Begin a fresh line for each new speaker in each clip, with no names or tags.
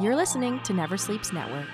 You're listening to Never Sleeps Network.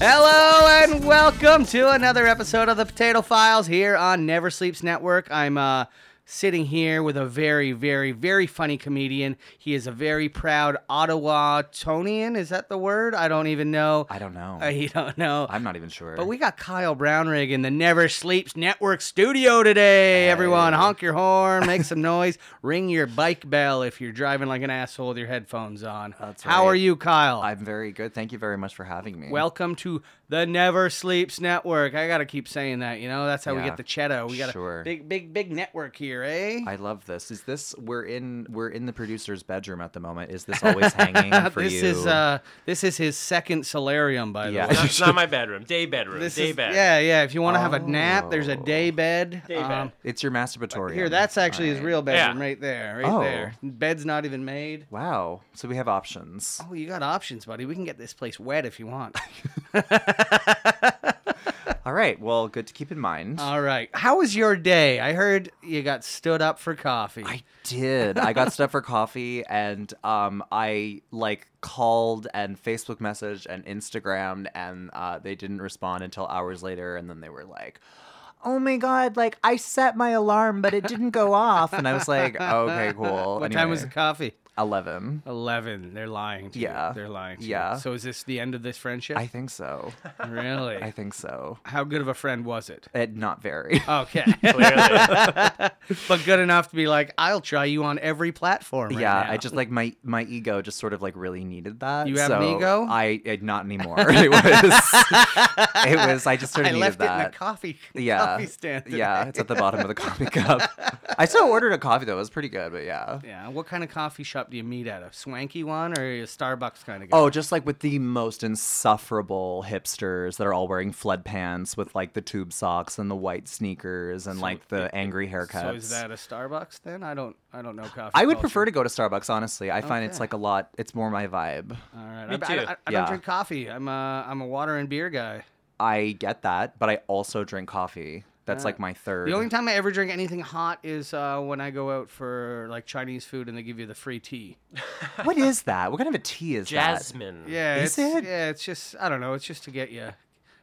Hello and welcome to another episode of the Potato Files here on Never Sleeps Network. I'm uh, sitting here with a very, very, very funny comedian. He is a very proud Ottawa Tonian. Is that the word? I don't even know.
I don't know. I,
I don't know.
am not even sure.
Uh, But we got Kyle Brownrigg in the Never Sleeps Network studio today, everyone.
Hey.
Honk your horn, make some noise, ring your bike bell if you're driving like an asshole with your headphones on.
That's
How
right.
are you, Kyle?
I'm very good. Thank you very much for having me.
Welcome to the Never Sleeps Network. I gotta keep saying that, you know. That's how we
Yeah,
get the cheddar. We got a
sure.
big, big, big network here, eh?
I love this. Is this we're in we're in the producer's bedroom at the moment? Is this always hanging for
this
you?
is uh, this is his second solarium, by
Yeah.
the way.
Not, not my bedroom. Day bedroom.
This
day
is,
bed.
yeah, yeah. If you want to have a nap,
Oh.
there's a day bed. Um,
Day bed.
it's your masturbatorium.
Here, that's actually his
Alright.
real bedroom,
Yeah.
right there, right
Oh.
there. Bed's not even made.
Wow. So we have options.
Oh, you got options, buddy. We can get this place wet if you want.
All right. Well, good to keep in mind.
All right. How was your day? I heard you got stood up for coffee.
I did. I got stuff for coffee and um I like called and Facebook messaged and Instagrammed and uh they didn't respond until hours later and then they were like Oh my god, like I set my alarm but it didn't go off and I was like, "Okay, cool."
what time was the
Anyway,
coffee?
11.
11. They're lying to you.
Yeah.
They're lying to you.
Yeah.
So is this the end of this friendship?
I think so.
really?
I think so.
How good of a friend was it?
It not very.
Okay.
Clearly.
but good enough to be like, I'll try you on every platform. right
yeah,
now."
I just like my my ego just sort of like really needed that.
You have an
so
ego?
I it, not anymore. It was it was I just sort
I
of needed
left
that.
it in a coffee,
yeah.
coffee stand. today.
Yeah, it's at the bottom of the coffee cup. I still ordered a coffee though. It was pretty good, but yeah.
Yeah. What kind of coffee shop do you meet at? A swanky one or a Starbucks kind of guy?
Oh, just like with the most insufferable hipsters that are all wearing fled pants with like the tube socks and the white sneakers and like the angry haircuts.
So is that a Starbucks then? I don't. I don't know coffee.
I would
culture.
prefer to go to Starbucks, honestly. I find it's
Okay.
like a lot, it's more my vibe.
All right. I, I-
Me too.
I- I don't
Yeah.
drink coffee. I'm a I'm a water and beer guy.
I get that, but I also drink coffee. That's
Uh,
like my third.
The only time I ever drink anything hot is uh, when I go out for like Chinese food and they give you the free tea.
Oh. what is that? What kind of a tea is
Jasmine.
Yeah,
Is
it's,
it?
Yeah, it's just I don't know. It's just to get you,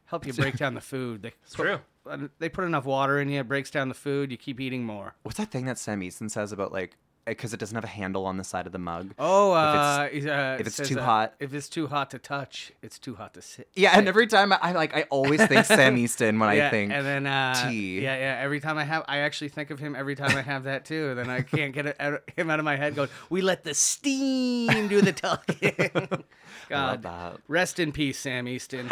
help you break down the food. They
It's true.
put, they put enough water in you, it breaks down the food. You keep eating more.
that? What's that thing that Sam Easton says about like, because it doesn't have a handle on the side of the mug?
Oh, uh,
If
is, uh,
if it's
says,
too
uh,
hot.
If it's too hot to touch, it's too hot to sit.
Yeah, and every time I, I like, I always think Sam Easton when
yeah,
I think.
and then uh,
tea.
Yeah, yeah. Every time I have, I actually think of him every time I have that too. Then I can't get it out, him out of my head. Going, we let the steam do the talking.
I
God,
love that.
rest in peace, Sam Easton.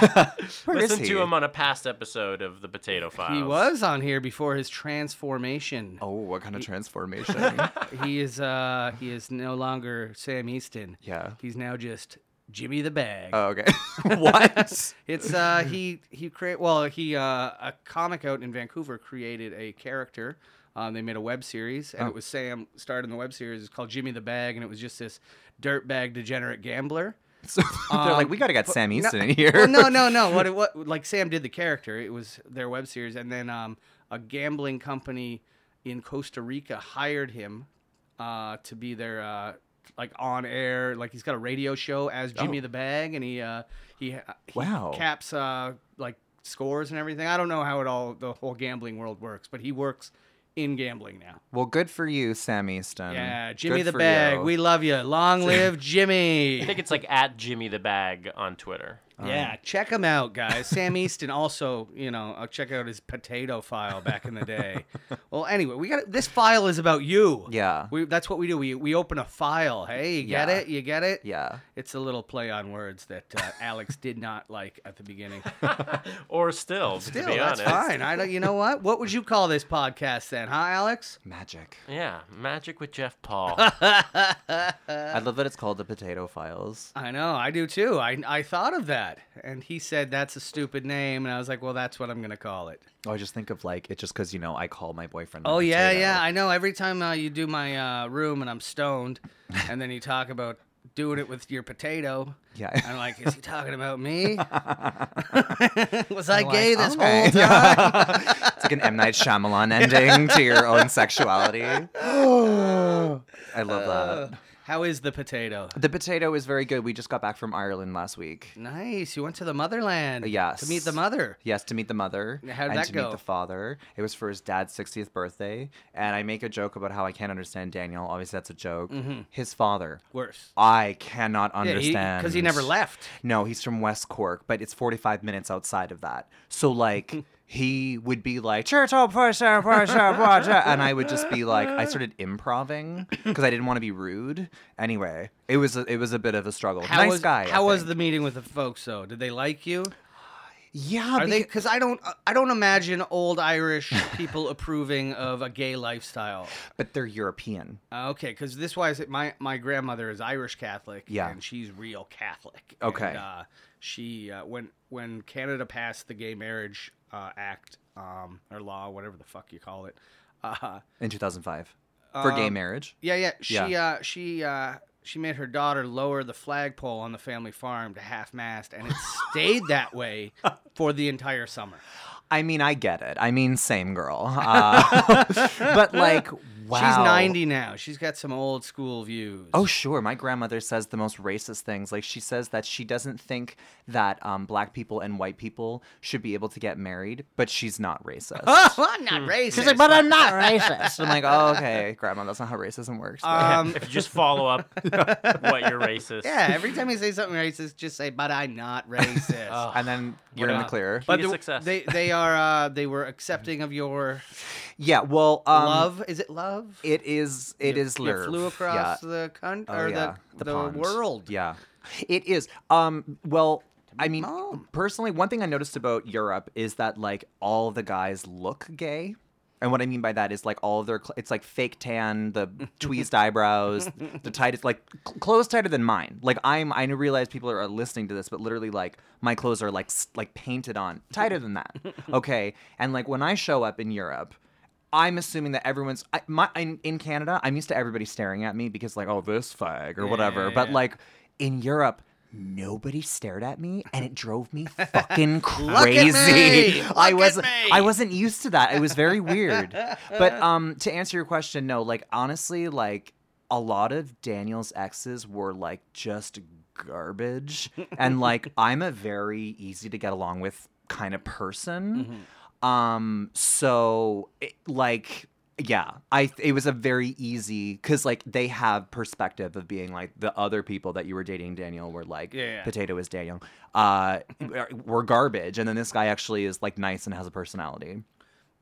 Where is
Listen
he?
to him on a past episode of the Potato Files.
he was on here before his transformation.
Oh, what kind of transformation?
He is, uh, he is no longer Sam Easton.
Yeah.
he's now just Jimmy the Bag.
oh, okay. what?
It's uh he he create well he uh a comic out in Vancouver created a character. Um, they made a web series
Oh.
and it was Sam starred in the web series. It's called Jimmy the Bag and it was just this dirtbag degenerate gambler.
So they're like, we gotta get Sam Easton in here.
Um, Well, no, no, no. What it what like Sam did the character. It was their web series and then um a gambling company in Costa Rica hired him uh to be their uh like on air, like he's got a radio show as
Oh.
Jimmy the Bag, and he uh he, he
Wow.
caps uh like scores and everything. I don't know how it all the whole gambling world works, but he works in gambling now.
Well, good for you, Sam Easton.
yeah,
Good
Jimmy the
for
Bag,
you.
we love you. Long live
I
Jimmy.
think it's like at Jimmy the Bag on Twitter.
yeah, check him out, guys. Sam Easton also, you know, I'll check out his potato file back in the day. well, anyway, we got this file is about you.
Yeah.
We, that's what we do. We, we open a file. Hey, you get
Yeah.
it? You get it?
Yeah.
It's a little play on words that uh, Alex did not like at the beginning.
Or still,
Still,
to be
that's
honest.
fine. I don't. You know what? What would you call this podcast then, huh, Alex?
Magic.
Yeah, Magic with Jeff Paul.
I love that it's called the Potato Files.
I know. I do too. I I thought of that, and he said that's a stupid name, and I was like, well, that's what I'm gonna call it.
Oh, I just think of like it just because you know I call my boyfriend. a
Oh yeah,
potato.
yeah. I know. Every time uh, you do my uh, room and I'm stoned, and then you talk about doing it with your potato.
Yeah.
I'm like, is he talking about me? Was I gay
Like,
this
all right.
whole time?
it's like an M Night Shyamalan ending to your own sexuality. I
Uh.
love that.
How is the potato?
The potato is very good. We just got back from Ireland last week.
Nice. You went to the motherland.
Uh, Yes.
To meet the mother.
Yes, to meet the mother
Now, how'd
and
that
to
go?
meet the father. It was for his dad's 60th birthday, and I make a joke about how I can't understand Daniel. Obviously, that's a joke. His father,
Worse.
I cannot
Because
understand
Mm-hmm. he, never left.
No, he's from West Cork, but it's 45 minutes outside of that. So like he would be like church oh push uh, push uh, push uh," and I would just be like I started improving because I didn't want to be rude. Anyway, it was a, it was a bit of a struggle.
How
nice
was,
guy. I
How was
think.
the meeting with the folks though? Did they like you?
Yeah,
Are they?
beca-
Because I don't. uh, I don't imagine old Irish people approving of a gay lifestyle.
but they're European.
Uh, okay, because this why is it my my grandmother is Irish Catholic.
Yeah.
and she's real Catholic.
Okay.
And, uh, she uh, when when Canada passed the Gay Marriage uh, Act um, or law, whatever the fuck you call it. Uh,
in 2005 for
Um,
gay marriage.
yeah, yeah. She
Yeah.
Uh, she uh, she made her daughter lower the flagpole on the family farm to half mast, and it stayed that way for the entire summer.
I mean, I get it. I mean, same girl. Uh, but like, wow.
She's 90 now. She's got some old school views.
Oh, sure. My grandmother says the most racist things. Like, she says that she doesn't think that um, black people and white people should be able to get married, but she's not racist.
I'm not racist.
Hmm. She's like, but I'm not racist. Uh, I'm like, oh, okay, grandma, that's not how racism works. but-
um,
if you just follow up what you're racist.
yeah, every time you say something racist, just say, but I'm not racist.
Oh,
and then you're in the
about-
clear.
Uh, But
But- to
the-
success.
they they are uh, they were accepting of your
yeah, well, um,
love. Is it love?
It is. It
You-
is.
you
Lurv.
flew
Yeah.
across the country
Oh,
or
yeah.
the the,
pond.
world.
Yeah, it is. Um, well, I mean,
mom.
personally, one thing I noticed about Europe is that like all the guys look gay. And what I mean by that is like all of their, cl- it's like fake tan, the tweezed eyebrows, the tight, it's like cl- clothes tighter than mine. Like I'm, I realize people are listening to this, but literally like my clothes are like, s- like painted on
Mm.
tighter than that. Okay. And like when I show up in Europe, I'm assuming that everyone's I, my in, in Canada. I'm used to everybody staring at me because like, oh, this fag or whatever. But like in Europe, nobody stared at me, and it drove me fucking
at me!
crazy.
Look
I
at
was not
me!
I wasn't used to that. It was very weird. but um, to answer your question, no, like honestly, like a lot of Daniel's exes were like just garbage, and like I'm a very easy to get along with kind of person.
Mm-hmm.
Um, so it, like, yeah, I it was a very easy because like they have perspective of being like the other people that you were dating Daniel were like
Yeah.
potato is Daniel, uh, were garbage, and then this guy actually is like nice and has a personality.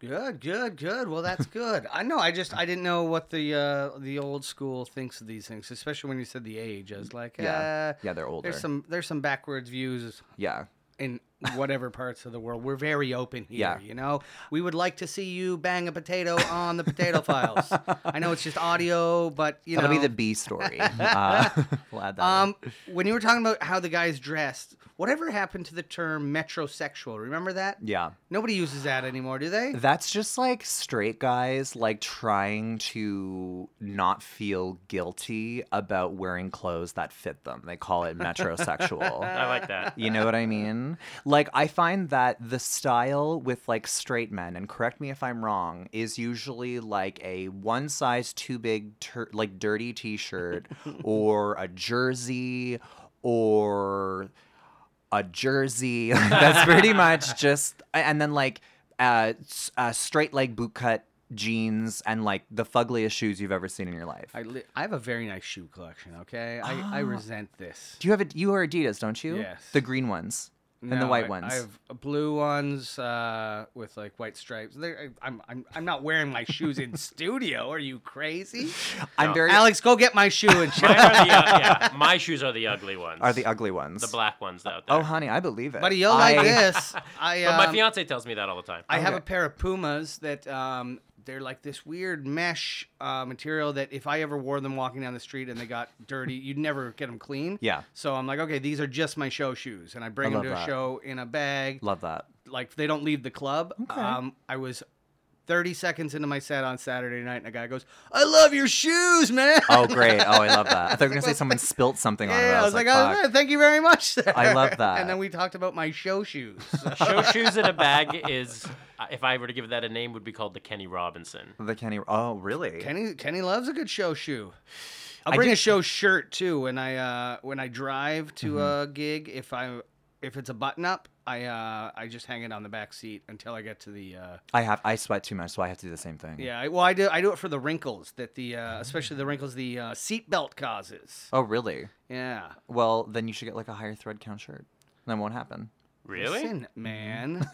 Good, good, good. Well, that's good. I know. I just I didn't know what the uh, the old school thinks of these things, especially when you said the age. I was like,
Yeah,
uh,
yeah, they're older.
There's some there's some backwards views
yeah,
in whatever parts of the world. We're very open here,
Yeah.
you know. We would like to see you bang a potato on the potato files. I know it's just audio, but you
that'll
know
be the B story. Uh, we'll add that. in.
um when you were talking about how the guy's dressed, whatever happened to the term metrosexual? Remember that?
yeah.
Nobody uses that anymore, do they?
That's just like straight guys like trying to not feel guilty about wearing clothes that fit them. They call it metrosexual.
I like that.
You know what I mean? Like I find that the style with like straight men and correct me if I'm wrong is usually like a one size too big tur- like dirty t-shirt or a jersey or a jersey. That's pretty much just, and then like uh, s- uh, straight leg boot cut jeans and like the fuggliest shoes you've ever seen in your life.
I, li- I have a very nice shoe collection, okay? I, I resent this.
Do you have a, you are Adidas, don't you?
Yes.
The green ones and the
No,
white
I-
ones.
I have blue ones uh, with like white stripes. They're, I- I'm, I'm, I'm not wearing my shoes in studio. Are you crazy?
I'm very.
Alex, go get my shoe and
Mine
shit.
are the, uh, yeah, my shoes are the ugly ones.
Are the ugly ones?
the black ones out there?
Oh, honey, I believe it.
Buddy, you'll like
I-
this. I,
But my
um,
fiance tells me that all the time.
I have a
Okay.
pair of Pumas that um, they're like this weird mesh uh, material that if I ever wore them walking down the street and they got dirty, you'd never get them clean.
Yeah.
So I'm like, okay, these are just my show shoes, and I bring them
love
to a
that.
show in a bag.
Love that.
like they don't leave the club. Um, I was 30 seconds into my set on Saturday night, and a guy goes, I love your shoes, man.
Oh, great. Oh, I love that. I thought you were going to say someone spilt something on it.
Yeah, I was like,
fuck.
oh, yeah, thank you very much. Sir.
I love that.
And then we talked about my show shoes.
Show shoes in a bag is, uh, if I were to give that a name, would be called the Kenny Robinson.
The Kenny. Oh, really?
Kenny Kenny loves a good show shoe. I'll
I
bring
do-
a show shirt too when I uh, when I drive to
Mm-hmm.
a gig. If I if it's a button up, I uh, I just hang it on the back seat until I get to the. Uh,
I have. I sweat too much, so I have to do the same thing.
yeah, I- well, I do I do it for the wrinkles that the uh, especially the wrinkles the uh, seat belt causes.
Mm-hmm. Oh, really?
Yeah,
Well, then you should get like a higher thread count shirt. That won't happen.
Really?
Listen, man.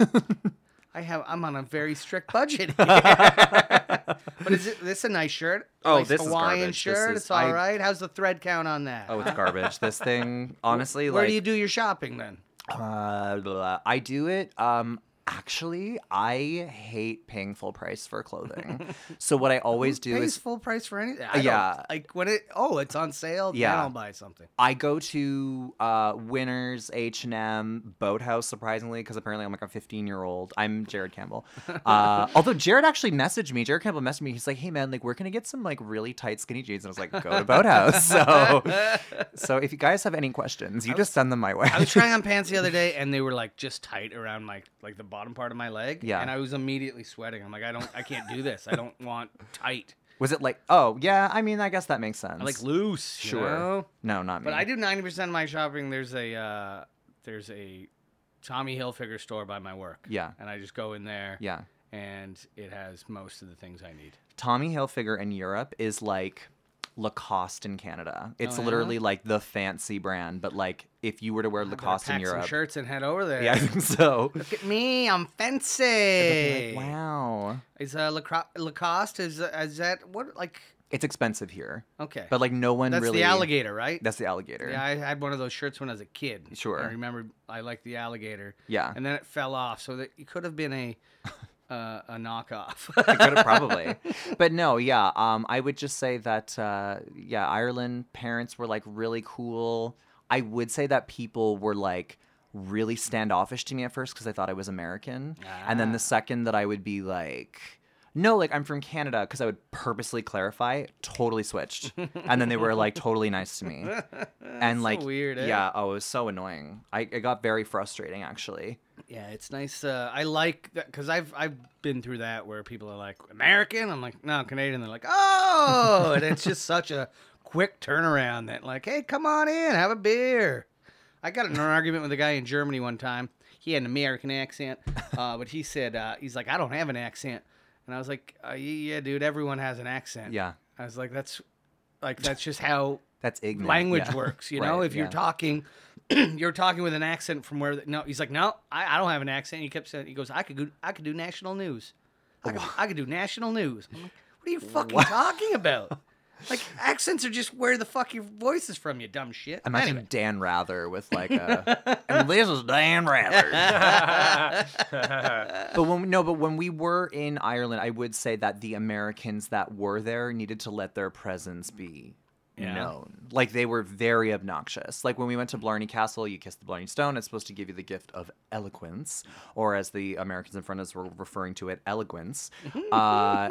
I have I'm on a very strict budget. here. but is it, this a nice shirt?
Oh,
nice
this is
Hawaiian
garbage. This
shirt.
is-
it's all right.
I-
How's the thread count on that?
Oh, it's garbage. this thing, honestly,
Where
like
do you do your shopping then?
Uh, blah, blah. I do it. Um, actually, I hate paying full price for clothing. so what I always do
Pays
is
full price for anything. I don't-
Yeah.
like when it oh it's on sale. Yeah,
Yeah.
then I'll buy something.
I go to uh, Winners, H and M, Boathouse. Surprisingly, because apparently I'm like a 15 year old. I'm Jared Campbell. Uh, although Jared actually messaged me. Jared Campbell messaged me. He's like, "Hey man, like, where can I get some like really tight skinny jeans?" And I was like, "Go to Boathouse." So, so if you guys have any questions, you just send them my way.
I was trying on pants the other day and they were like just tight around my like the bottom part of my leg.
Yeah.
and I was immediately sweating. I'm like I don't I can't do this. I don't want tight.
Was it like, oh yeah? I mean, I guess that makes sense.
I like loose. you
sure.
know?
No, not me.
But I do ninety percent of my shopping. There's a uh, there's a Tommy Hilfiger store by my work.
Yeah.
and I just go in there.
Yeah.
and it has most of the things I need.
Tommy Hilfiger in Europe is like Lacoste in Canada. It's
Oh, yeah?
literally like the fancy brand, but like if you were to wear
I better
Lacoste in
pack
Europe,
Some shirts and head over there.
yeah, I think so.
Look at me, I'm fancy.
Like, wow,
Is uh, Lacro- Lacoste is uh, is that what like?
it's expensive here,
Okay,
but like no one
that's
really.
the alligator, right?
That's the alligator.
yeah, I had one of those shirts when I was a kid.
Sure.
I remember I liked the alligator.
Yeah.
and then it fell off, so that it could have been a uh, a knockoff.
I could have probably. But no, yeah. Um, I would just say that uh, yeah, Ireland parents were like really cool. I would say that people were like really standoffish to me at first because I thought I was American, and then the
Ah.
second that I would be like. No, like I'm from Canada because I would purposely clarify, totally switched. And then they were like totally nice to me. And like,
weird, eh?
yeah, oh, it was so annoying. I, it got very frustrating actually.
Yeah, it's nice. Uh, I like that because I've I've been through that where people are like American. I'm like no Canadian. They're like oh, and it's just such a quick turnaround that like hey come on in have a beer. I got in an argument with a guy in Germany one time. He had an American accent, uh, but he said uh, he's like I don't have an accent, and I was like uh, yeah dude everyone has an accent.
Yeah.
I was like that's like that's just how
That's ignorant.
language
yeah.
works. You know,
Right,
if you're
yeah.
talking, you're talking with an accent from where. No, he's like, no, I, I don't have an accent. He kept saying, he goes, I could, go, I could do national news. I could, I could do national news. I'm like, what are you fucking talking about? Like accents are just where the fuck your voice is from, you dumb shit.
Imagine
Anyway.
Dan Rather with like a. and this is Dan Rather. but when no, but when we were in Ireland, I would say that the Americans that were there needed to let their presence be known. Like they were very obnoxious. Like when we went to Blarney Castle, you kiss the Blarney Stone. It's supposed to give you the gift of eloquence, or as the Americans in front of us were referring to it, eloquence. Uh,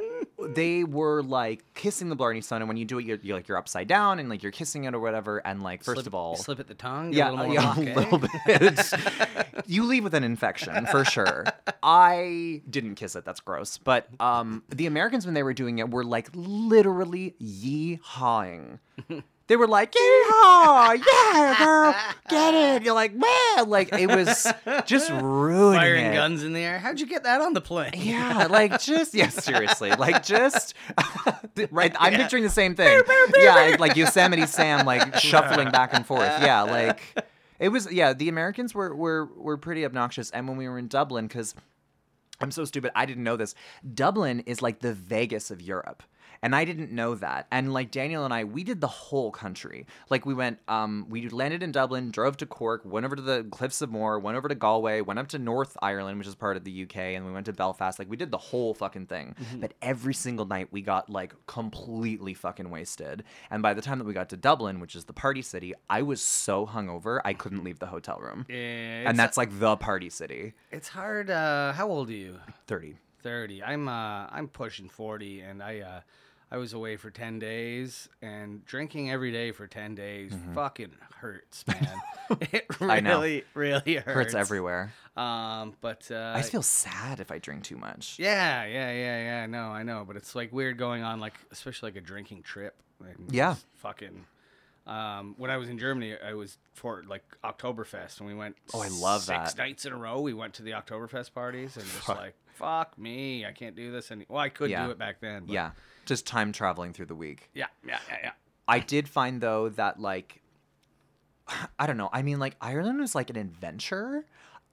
they were like kissing the Blarney Stone, and when you do it, you're, you're like you're upside down and like you're kissing it or whatever. And like first
Slip-
of all,
slip at the tongue. a
yeah,
little more
yeah,
lock, eh?
little bit. you leave with an infection for sure. I didn't kiss it. That's gross. But um, the Americans when they were doing it were like literally yee-hawing. They were like yee-haw, yeah, girl, get it. You're like man, like it was just ruining
Firing
it.
guns in the air. How'd you get that on the plane?
Yeah, like just yeah, seriously, like just right. I'm picturing the same thing. yeah, like Yosemite Sam, like shuffling back and forth. Yeah, like it was. Yeah, the Americans were were were pretty obnoxious. And when we were in Dublin, because I'm so stupid, I didn't know this. Dublin is like the Vegas of Europe. And I didn't know that. And like Daniel and I, we did the whole country. Like we went, um, we landed in Dublin, drove to Cork, went over to the Cliffs of Moher, went over to Galway, went up to North Ireland, which is part of the UK, and we went to Belfast. Like we did the whole fucking thing. But every single night we got like completely fucking wasted. And by the time that we got to Dublin, which is the party city, I was so hungover I couldn't leave the hotel room.
Yeah,
and that's like the party city.
It's hard. Uh, how old are you?
Thirty.
thirty. I'm uh, I'm pushing forty, and I uh, I was away for ten days, and drinking every day for ten days fucking hurts, man. it
Mm-hmm. I know.
really, really hurts.
Hurts everywhere.
Um, but uh,
I just feel sad if I drink too much.
yeah, yeah, yeah, yeah. No, I know, but it's like weird going on like especially like a drinking trip. And
Yeah.
just Fucking. Um, when I was in Germany, I was for like Oktoberfest, and we went.
Oh, I love
six
that.
nights in a row. We went to the Oktoberfest parties, and just like fuck me, I can't do this. And well, I could
Yeah.
do it back then. But
Yeah. Just time traveling through the week.
yeah, yeah, yeah, yeah.
I did find though that like I don't know. I mean like Ireland was like an adventure.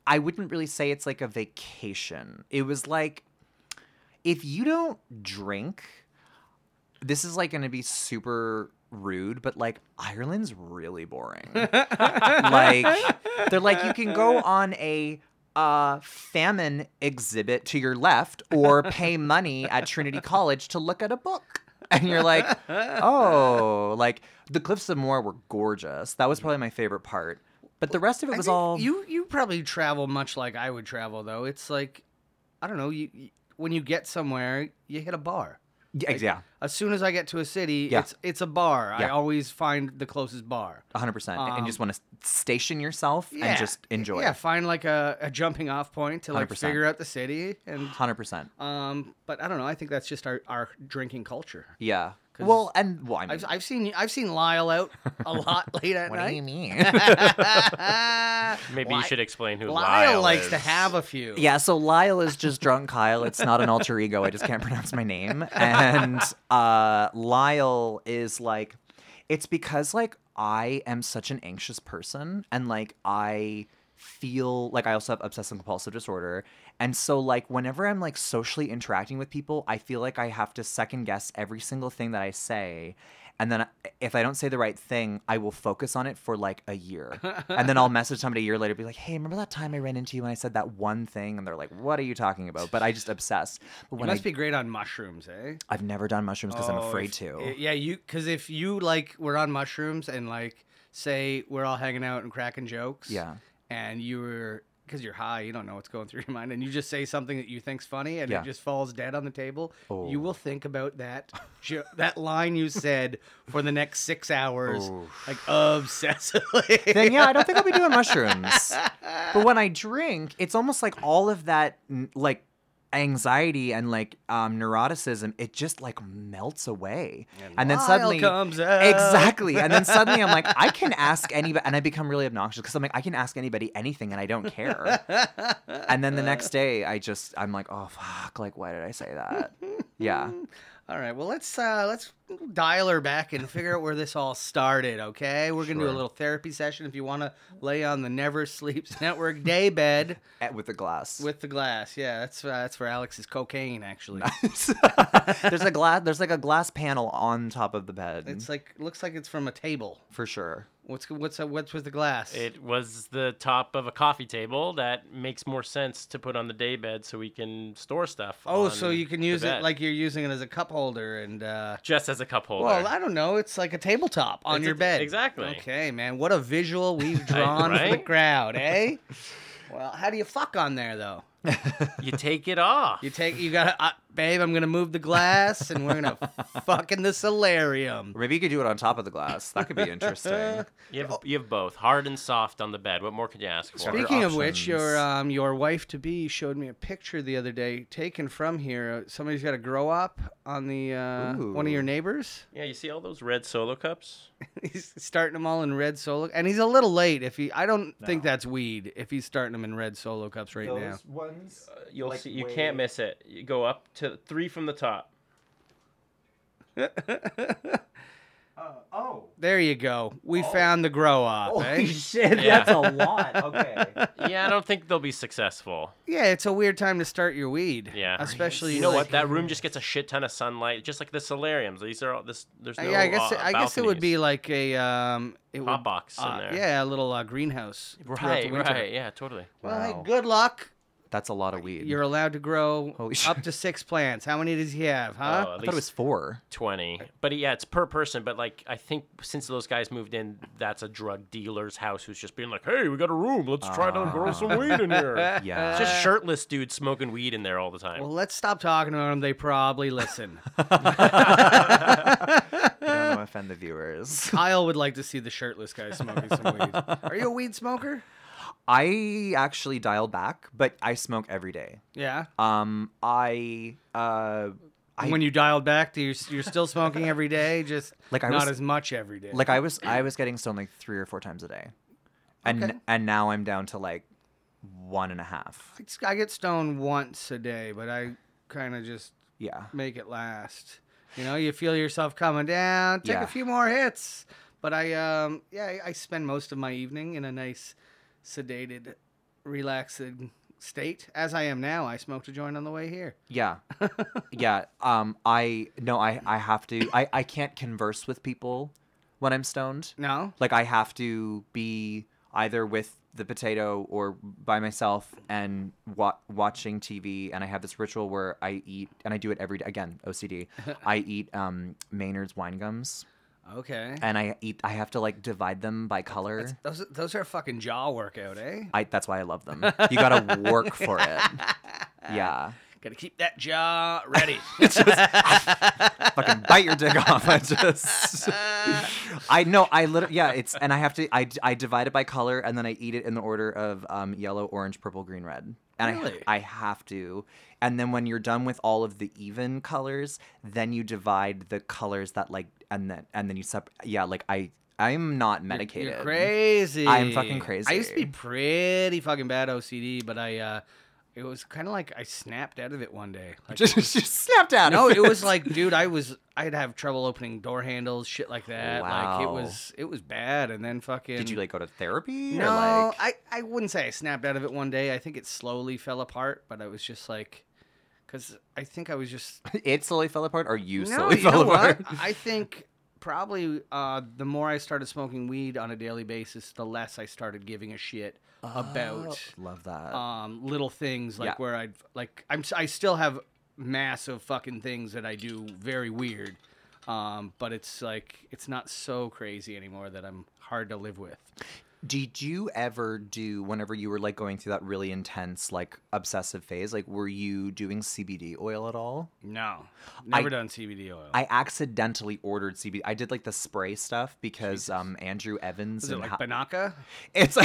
I wouldn't really say it's like a vacation. It was like if you don't drink this is like going to be super rude, but like Ireland's really boring. like they're like you can go on a uh, famine exhibit to your left or pay money at Trinity College to look at a book. And you're like, oh, like the Cliffs of Moher were gorgeous. That was probably my favorite part. But the rest of it
I
was
think
all
you you probably travel much like I would travel though. It's like I don't know. You, you when you get somewhere, you hit a bar.
Yeah, yeah,
As soon as I get to a city,
Yeah.
it's it's a bar. I
Yeah.
always find the closest bar.
100%. and
Um,
you just want to station yourself and just enjoy
Yeah,
it.
find like a, a jumping off point to like
100%.
figure out the city and
100%.
um. But I don't know. I think that's just our, our drinking culture.
Yeah. Well, and well, I mean,
I've, I've seen I've seen Lyle out a lot late at
what
night.
do you mean?
Maybe you should explain who
Lyle,
Lyle,
likes to
is.
have a few.
Yeah, so Lyle is just drunk Kyle. It's not an alter ego. I just can't pronounce my name. And uh, Lyle is like, it's because like I am such an anxious person, and like I feel like I also have obsessive compulsive disorder. And so like whenever I'm like socially interacting with people, I feel like I have to second guess every single thing that I say. And then if I don't say the right thing, I will focus on it for like a year. and then I'll message somebody a year later, be like, hey, remember that time I ran into you and I said that one thing? And they're like, what are you talking about? But I just obsess. But
You
when I,
must be great on mushrooms, eh?
I've never done mushrooms because I'm
Oh,
afraid
if-
to.
i- Yeah, you because if you like were on mushrooms and like say we're all hanging out and cracking jokes.
Yeah.
And you were because you're high, you don't know what's going through your mind, and you just say something that you think's funny, and
Yeah. Oh.
it just falls dead on the table. You will think about that jo- that line you said for the next six hours, like obsessively.
then yeah, I don't think I'll be doing mushrooms. But when I drink, it's almost like all of that n- like anxiety and like um neuroticism, it just like melts away. And, then
Lyle
suddenly
comes out.
Exactly. And then suddenly I'm like, I can ask anybody and I become really obnoxious because I'm like, I can ask anybody anything and I don't care. and then the next day I just I'm like, oh fuck, like why did I say that? Yeah.
All right, well let's uh, let's dial her back and figure out where this all started. Okay, we're gonna do a
Sure.
little therapy session. If you want to lay on the Never Sleeps Network day bed
Eh, With the glass.
with the glass, yeah, that's uh, that's for Alex's cocaine actually.
there's a glass there's like a glass panel on top of the bed.
It's like looks like it's from a table.
for sure.
What's what's uh, what's with the glass?
It was the top of a coffee table that makes more sense to put on the day bed so we can store stuff.
oh,
on
so you can
the
use it
bed.
like you're using it as a cup holder and. Uh,
just as a cup holder.
well, I don't know. It's like a tabletop on
It's a-
your bed.
exactly.
Okay, man. What a visual we've drawn for the
right?
crowd, eh? Well, how do you fuck on there though?
you take it off.
You take, you gotta, uh, babe. I'm gonna move the glass, and we're gonna fuck in the solarium.
Or maybe you could do it on top of the glass. That could be interesting.
You have, you have both, hard and soft on the bed. What more could you ask for?
Speaking of which, your
options.
um, your wife to be showed me a picture the other day taken from here. Uh, Somebody's got to grow up on the uh, one of
Ooh.
your neighbors.
yeah, you see all those red solo cups?
He's starting them all in red solo, and he's a little late. If he, I don't think that's weed. If he's starting them in red solo cups right now.
ones.
You'll see. You can't miss it. You go up to three from the top.
Oh.
There you go. We
Oh.
found the grow up. eh?
shit,
Yeah. that's
a lot. Okay.
Yeah, I don't think they'll be successful.
Yeah, it's a weird time to start your weed.
Yeah.
especially
You know
like-
what? That room just gets a shit ton of sunlight, just like the solariums. These are all this. There's no.
yeah, I guess
uh,
it, I guess it would be like a um, it
Hot
would-
box in
uh,
there.
Yeah, a little uh, greenhouse.
balconies.
throughout the
right,
winter.
right. Yeah, totally.
Well, hey,
Wow.
good luck.
That's a lot of weed.
You're allowed to grow
Holy
up
shit.
to six plants. How many does he have,
Oh,
huh?
at
I thought it was four.
20 but yeah it's per person but like i think since those guys moved in that's a drug dealer's house who's just being like hey we got a room let's try
Ah.
to grow some weed in here
Yeah.
it's just shirtless dudes smoking weed in there all the time
well, let's stop talking to them. They probably listen.
I don't want to offend the viewers.
Kyle would like to see the shirtless guy smoking some weed. Are you a weed smoker?
I actually dialed back, but I smoke every day.
Yeah.
Um, I uh, I
when you dialed back, do you, you're still smoking every day, just
Like I
not
was-
as much every day.
like I was I was getting stoned like three or four times a day, and
Okay.
and now I'm down to like one and a half.
It's- I get stoned once a day, but I kind of just
Yeah.
make it last. You know, you feel yourself coming down, take
Yeah.
a few more hits. But I, um, yeah, I, I spend most of my evening in a nice, sedated, relaxing state, as I am now. I smoked a joint on the way here.
Yeah. yeah. Um I no, I I have to I I can't converse with people when I'm stoned.
No,
Like I have to be either with the potato or by myself and wa- watching TV and I have this ritual where I eat and I do it every day again OCD. I eat um Maynard's wine gums
okay.
and I eat I have to like divide them by color.
Those those are a fucking jaw workout, eh?
I that's why I love them. You gotta work for it. Yeah.
Gotta keep that jaw ready.
Fucking bite your dick off. I just I know I literally yeah, it's and I have to I, I divide it by color and then I eat it in the order of um, yellow, orange, purple, green, red. And
Really?
I I have to. And then when you're done with all of the even colors, then you divide the colors that like and then and then you sep yeah, like I I'm not medicated.
You're crazy.
I am fucking
I used to be
crazy.
pretty fucking bad OCD, but I uh it was kind of like I snapped out of it one day. Like,
just, just snapped out.
no,
of
it was like dude, I was I'd have trouble opening door handles, shit like that. Like it
Wow.
was it was bad and then fucking
Did you like go to therapy?
No,
or, like...
I I wouldn't say I snapped out of it one day. I think it slowly fell apart, but I was just like cuz I think I was just
it slowly fell apart or you
No,
slowly
you
fell
know what?
apart
I think probably uh, the more I started smoking weed on a daily basis, the less I started giving a shit about
love that
um, little things like
Oh. Yeah.
where I'd like I'm s- I still have massive fucking things that I do very weird. Um, but it's like it's not so crazy anymore that I'm hard to live with.
did you ever do whenever you were like going through that really intense like obsessive phase like were you doing cbd oil at all
No, never done CBD oil.
i accidentally ordered cbd i did like the spray stuff because um andrew evans
Is it
and
like
ho-
Banaka?
it's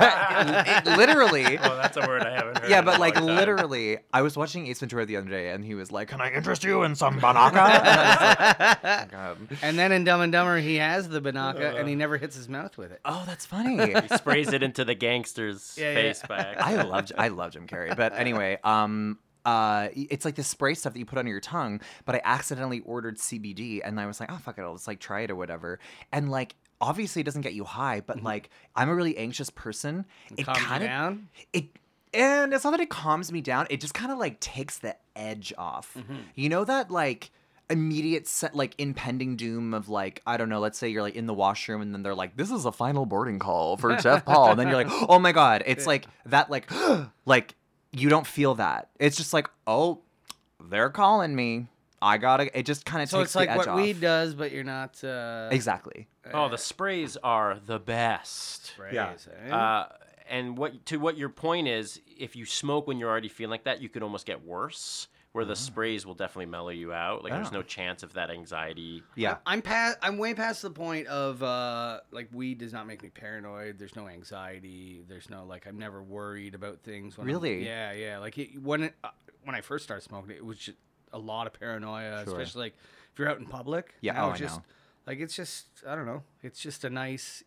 yeah it- it literally
oh that's a word i haven't heard
yeah
in a
but like
long time.
literally i was watching ace ventura the other day and he was like can i interest you in some banaka and I was like, oh, my God.
And then in Dumb and Dumber, he has the Banaka, and he
Uh.
never hits his mouth with it.
oh that's funny
he sprays it into the gangster's
Yeah, yeah.
face back
I love I love Jim Carrey, but anyway, um, uh, it's like this spray stuff that you put under your tongue. But I accidentally ordered CBD, and I was like, oh fuck it, I'll just like try it or whatever. And like, obviously, it doesn't get you high, but like, I'm a really anxious person.
Mm-hmm.
It
Calms you
kind of
down.
it, and it's not that it calms me down. It just kind of like takes the edge off.
Mm-hmm.
You know that like. Immediate set like impending doom of like I don't know. Let's say you're like in the washroom and then they're like, "This is a final boarding call for Jeff Paul," and then you're like, "Oh my god!" It's like that like like you don't feel that. It's just like, "Oh, they're calling me. I gotta." It just kind of
So
takes
it's like
the edge
what
off.
weed does, but you're not. Uh,
exactly.
oh the sprays are the best
yeah.
sprays, eh?
Uh, and what to what your point is, if you smoke when you're already feeling like that, you could almost get worse. Where
Mm-hmm.
the sprays will definitely mellow you out. Like there's no chance of that anxiety.
Yeah.
I'm past. I'm way past the point of uh, like weed does not make me paranoid. There's no anxiety. There's no like I'm never worried about things. When I'm-
Really?
yeah, yeah. Like it, when it, uh, when I first started smoking, it was just a lot of paranoia,
Sure.
especially like if you're out in public.
Yeah,
Now
oh,
it's
I
just
know.
like it's just I don't know. It's just a nice,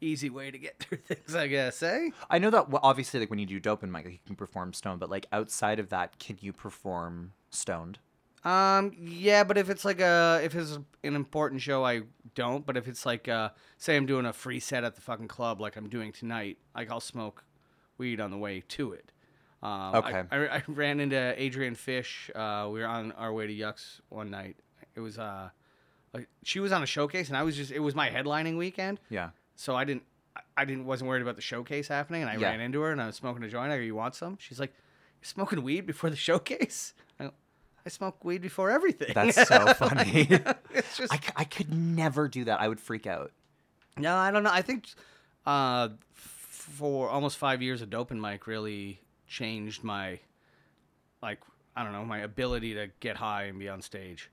easy way to get through things. I guess. Eh?
I know that well, obviously, like when you do dope and mic, like, you can perform stoned, but like outside of that, can you perform stoned?
Um, yeah, but if it's like a if it's an important show, I don't. But if it's like uh, say I'm doing a free set at the fucking club, like I'm doing tonight, like I'll smoke weed on the way to it. Um,
Okay.
I, I, I ran into Adrian Fish. Uh, we were on our way to Yucks one night. It was uh, like she was on a showcase, and I was just it was my headlining weekend,
Yeah.
so I didn't I- I didn't wasn't worried about the showcase happening, and I
Yeah.
ran into her and I was smoking a joint. I go, "You want some?" She's like, smoking weed before the showcase? I, go, I smoke weed before everything.
That's so funny.
it's just
I, c- I could never do that. I would freak out.
No, I don't know. I think uh, for almost five years, a dope and mic really changed my, like, I don't know, my ability to get high and be on stage.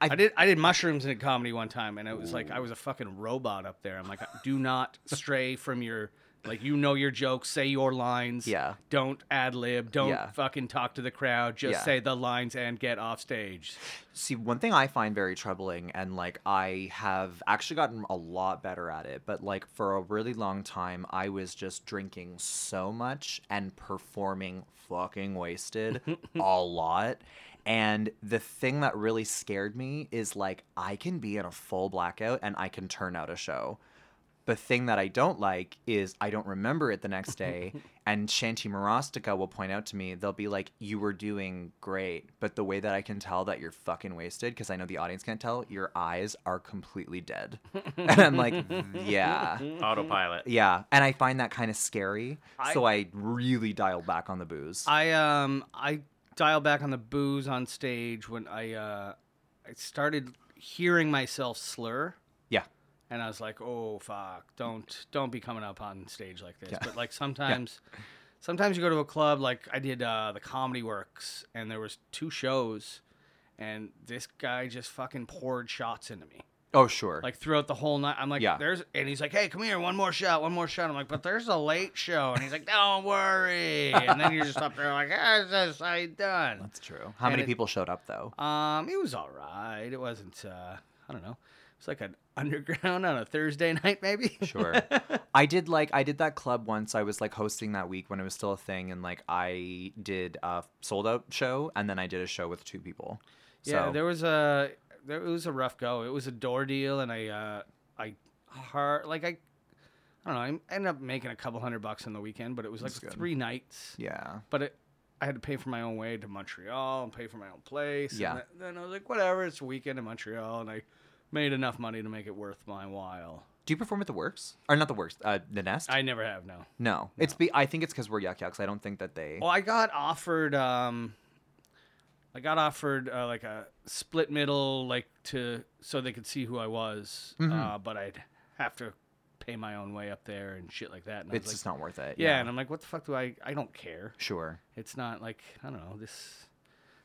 I,
I-
did I did mushrooms in a comedy one time, and it was like I was a fucking robot up there. I'm like, do not stray from your. Like you know your jokes, say your lines.
Yeah.
Don't ad lib. Don't
Yeah.
fucking talk to the crowd. Just
Yeah.
say the lines and get off stage.
See, one thing I find very troubling, and like I have actually gotten a lot better at it, but like for a really long time, I was just drinking so much and performing fucking wasted a lot. And the thing that really scared me is like I can be in a full blackout and I can turn out a show. The thing that I don't like is I don't remember it the next day. and Shanti Marostica will point out to me, they'll be like, You were doing great. But the way that I can tell that you're fucking wasted, because I know the audience can't tell, your eyes are completely dead. and I'm like, Yeah.
Mm-hmm.
Autopilot.
Yeah. And I find that kind of scary. so I really dial back on the booze.
I um I dial back on the booze on stage when I uh I started hearing myself slur
yeah.
and I was like, "Oh fuck, don't don't be coming up on stage like this." But like sometimes sometimes you go to a club like I did uh the Comedy Works and there was two shows and this guy just fucking poured shots into me
Oh, sure.
like throughout the whole night. I'm like,
Yeah.
there's, and he's like, hey, come here, one more shot, one more shot. I'm like, but there's a late show, and he's like, don't worry. And then you're just up there like, ah, is this how you done?
That's true. How
And
many
it-
people showed up, though?
Um, it was all right. It wasn't. uh I don't know. It's like an underground on a Thursday night, maybe.
Sure. I did like I did that club once. I was like hosting that week when it was still a thing, and like I did a sold out show, and then I did a show with two people.
Yeah,
so,
there was a there it was a rough go. It was a door deal, and I uh, I hard like I. I don't know. I ended up making a couple hundred bucks on the weekend, but it was like
good.
three nights.
yeah,
but it, I had to pay for my own way to Montreal and pay for my own place. and
Yeah.
th- then I was like, whatever, it's a weekend in Montreal, and I made enough money to make it worth my while.
do you perform at the Works or not the Works? Uh, the Nest?
I never have no.
no, it's be. I think it's because we're yuck yucks. I don't think that they.
Well, I got offered, um, I got offered uh, like a split middle, like to so they could see who I was,
Mm-hmm.
uh, but I'd have to pay my own way up there and shit like that. And I
it's
was
just
like,
not worth it.
yeah. and I'm like, what the fuck do I? I don't care.
sure.
It's not like I don't know this.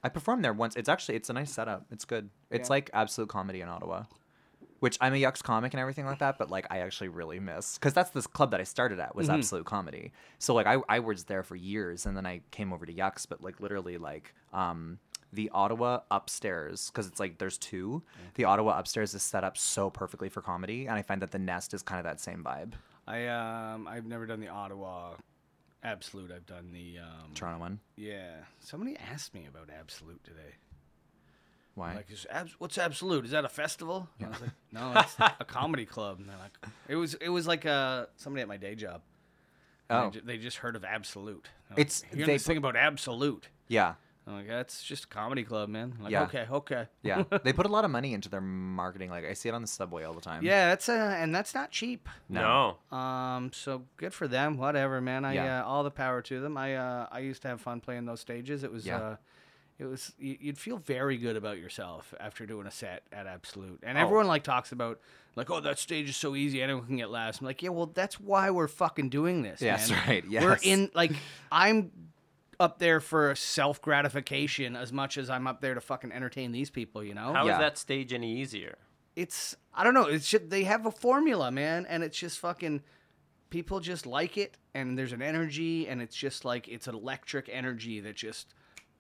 I performed there once. It's actually it's a nice setup. It's good. It's
Yeah.
like absolute comedy in Ottawa. Which I'm a yucks comic and everything like that, but like I actually really miss because that's this club that I started at
Mm-hmm.
was absolute comedy. So like I, I was there for years and then I came over to yucks, but like literally like um the Ottawa upstairs because it's like there's two. The Ottawa upstairs is set up so perfectly for comedy, and I find that the Nest is kind of that same vibe.
I um I've never done the Ottawa Absolute. I've done the um
Toronto one,
yeah. Somebody asked me about Absolute today.
why?
Like, is abs- what's Absolute? Is that a festival? And I was like, no, it's a comedy club. And they're like, it was it was like uh somebody at my day job. And
Oh.
they, ju- they just heard of Absolute. And I'm
It's-
like, hearing
they
this thing about Absolute.
yeah,
I'm like, that's just a comedy club, man. I'm like,
Yeah.
okay, okay.
yeah. they put a lot of money into their marketing. Like I see it on the subway all the time.
Yeah, that's uh, and that's not cheap.
No.
Um, so good for them. Whatever, man. I
Yeah.
uh, all the power to them. I uh, I used to have fun playing those stages. It was
Yeah.
uh, it was y- you'd feel very good about yourself after doing a set at Absolute, and
Oh.
everyone like talks about like, oh, that stage is so easy, anyone can get laughs. I'm like, yeah, well, that's why we're fucking doing this.
Yes,
man.
right,
We're
yes.
in like I'm up there for self gratification as much as I'm up there to fucking entertain these people. You know,
How is
Yeah.
that stage any easier?
it's I don't know. It's just, they have a formula, man, and it's just fucking people just like it, and there's an energy, and it's just like it's an electric energy that just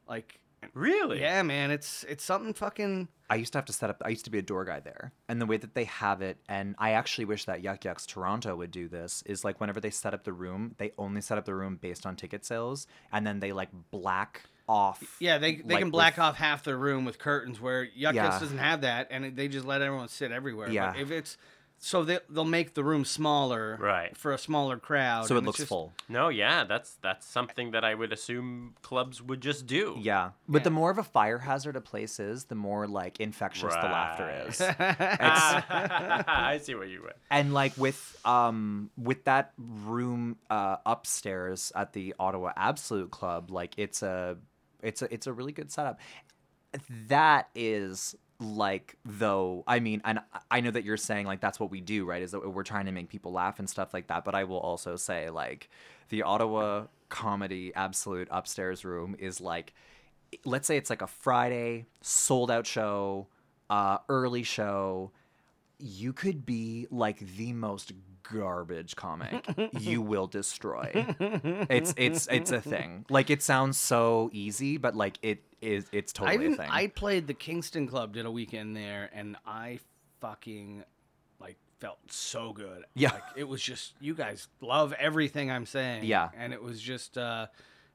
like
Really?
yeah, man. It's it's something fucking
I used to have to set up. I used to be a door guy there, and the way that they have it, and I actually wish that Yuck Yucks Toronto would do this. Is like whenever they set up the room, they only set up the room based on ticket sales, and then they like black off.
yeah. They they
like,
can
with-
black off half the room with curtains where Yuck Yucks
Yeah.
doesn't have that, and they just let everyone sit everywhere.
Yeah.
But if it's so they, they'll make the room smaller
Right.
for a smaller crowd.
so it
and it's
looks
just-
full.
No, yeah, that's that's something that I would assume clubs would just do.
Yeah, but the
Yeah.
more of a fire hazard a place is, the more like infectious the laughter
Right.
is.
I see where you went.
and like with um with that room uh upstairs at the Ottawa Absolute Club, like it's a it's a it's a really good setup. That is like though I mean and I- I know that you're saying like that's what we do, right? Is that we're trying to make people laugh and stuff like that, but I will also say like the Ottawa Comedy Absolute upstairs room is like let's say it's like a Friday sold out show, uh early show, you could be like the most garbage comic you will destroy it's it's it's a thing like it sounds so easy but like it is it's
I
totally a
even
thing
I played the Kingston Club did a weekend there, and I fucking like felt so good.
Yeah.
like, it was just you guys love everything I'm saying.
Yeah.
and it was just uh,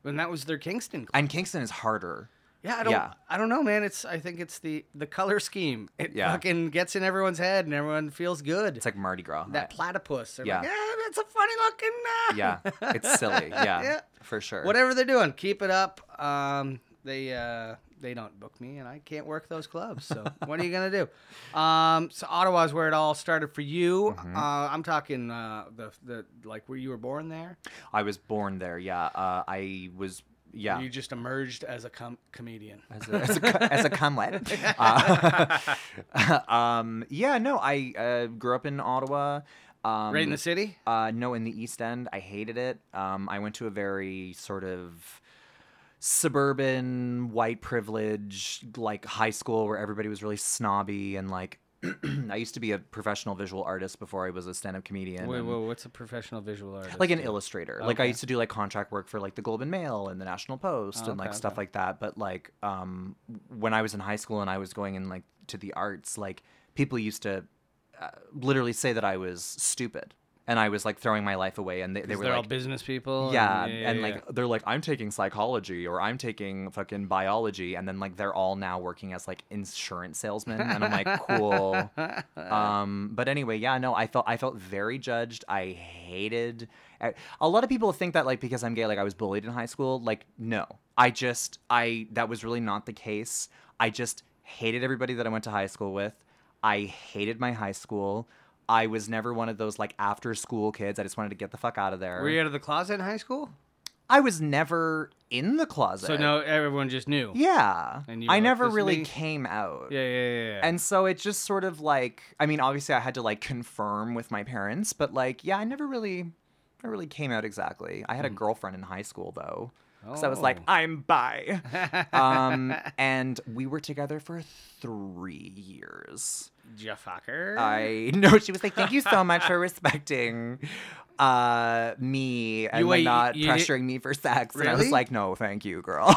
and that was their Kingston Club.
and kingston is harder
yeah, I don't,
yeah.
I don't know, man. It's I think it's the the color scheme. It
Yeah.
fucking gets in everyone's head, and everyone feels good.
it's like mardi gras
that platypus. They're
Yeah.
like, yeah, that's a funny looking. Uh.
yeah it's silly yeah,
Yeah.
for sure
whatever they're doing, keep it up. Um, they uh, they don't book me, and I can't work those clubs. So what are you gonna do? Um, so Ottawa's where it all started for you.
Mm-hmm.
Uh, I'm talking uh, the the like where you were born there.
i was born there yeah uh, i was yeah Um,
You just emerged as a com- comedian.
as a, as a, cu- as a cumlet. Uh, um, yeah, no, I uh, grew up in Ottawa. Um,
Right in the city?
Uh, no, in the East End. I hated it. Um, I went to a very sort of suburban, white privilege, like high school where everybody was really snobby and like. I used to be a professional visual artist before I was a stand-up comedian.
Wait,
and-
whoa, what's a professional visual artist?
like an illustrator. Like I
Okay.
used to do like contract work for like the Globe and Mail and the National Post
Oh,
and like
okay,
stuff
okay.
like that. But like um, when I was in high school and I was going in like to the arts, like people used to uh, literally say that I was stupid and I was like throwing my life away. And they, they
They
were
are all
like,
business people.
yeah, and
yeah,
like they're like I'm taking psychology or I'm taking fucking biology, and then like they're all now working as like insurance salesmen, and I'm like cool. um, but anyway, yeah, no, I felt I felt very judged. I hated. I- A lot of people think that like because I'm gay, like I was bullied in high school. Like no, I just I that was really not the case. I just hated everybody that I went to high school with. I hated my high school. I was never one of those like after school kids. I just wanted to get the fuck out of there.
were you out of the closet in high school?
I was never in the closet.
So no, everyone just knew.
Yeah.
And you were
I
like,
never
"This is
really
me."
came out.
yeah, yeah, yeah. yeah.
And so it just sort of like I mean, obviously I had to like confirm with my parents, but like, yeah, I never really I really came out exactly. I had a girlfriend in high school though. Because I was like,
Hmm. Oh.
I'm bi. um, and we were together for three years.
Jeff Hawker.
I know she was like, "Thank you so much for respecting uh, me and
You-
like,
wait, you-
not
you did-
pressuring me for sex." And I was
Really?
like, "No, thank you, girl."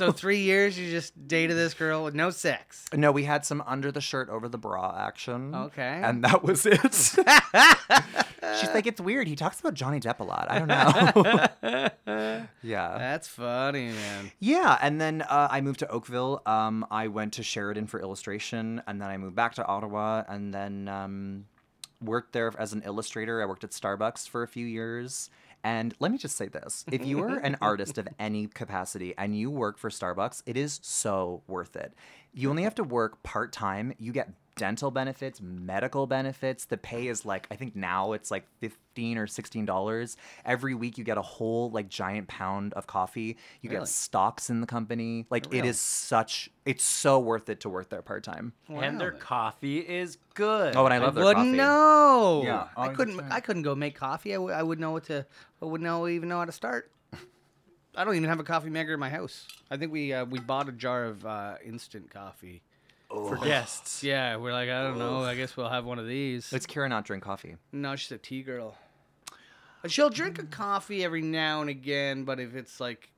so three years you just dated this girl with no sex.
no, we had some under the shirt, over the bra action.
Okay.
and that was it. She's like, "It's weird. He talks about Johnny Depp a lot. I don't know." yeah.
That's funny, man.
Yeah, and then uh, I moved to Oakville. Um, I went to Sheridan for illustration, and then I moved back to Ottawa, and then um, worked there as an illustrator. I worked at Starbucks for a few years. And let me just say this if you are an artist of any capacity and you work for Starbucks, it is so worth it. You only have to work part time, you get dental benefits, medical benefits. The pay is like, I think now it's like 15 or $16. Every week you get a whole like giant pound of coffee. You
Really?
get stocks in the company. Like it is such, it's so worth it to work there part time.
And their coffee is good.
Oh, and I love their
Wouldn't
coffee.
know.
Yeah,
I
oh,
couldn't.
that's right.
I couldn't go make coffee. I, w- I would know what to. I would know even know how to start. I don't even have a coffee maker in my house. I think we uh, we bought a jar of uh, instant coffee.
for guests.
Yeah, we're like, I don't know. I guess we'll have one of these.
It's Kira not drink coffee.
no, she's a tea girl. She'll drink
Mm.
a coffee every now and again, but if it's like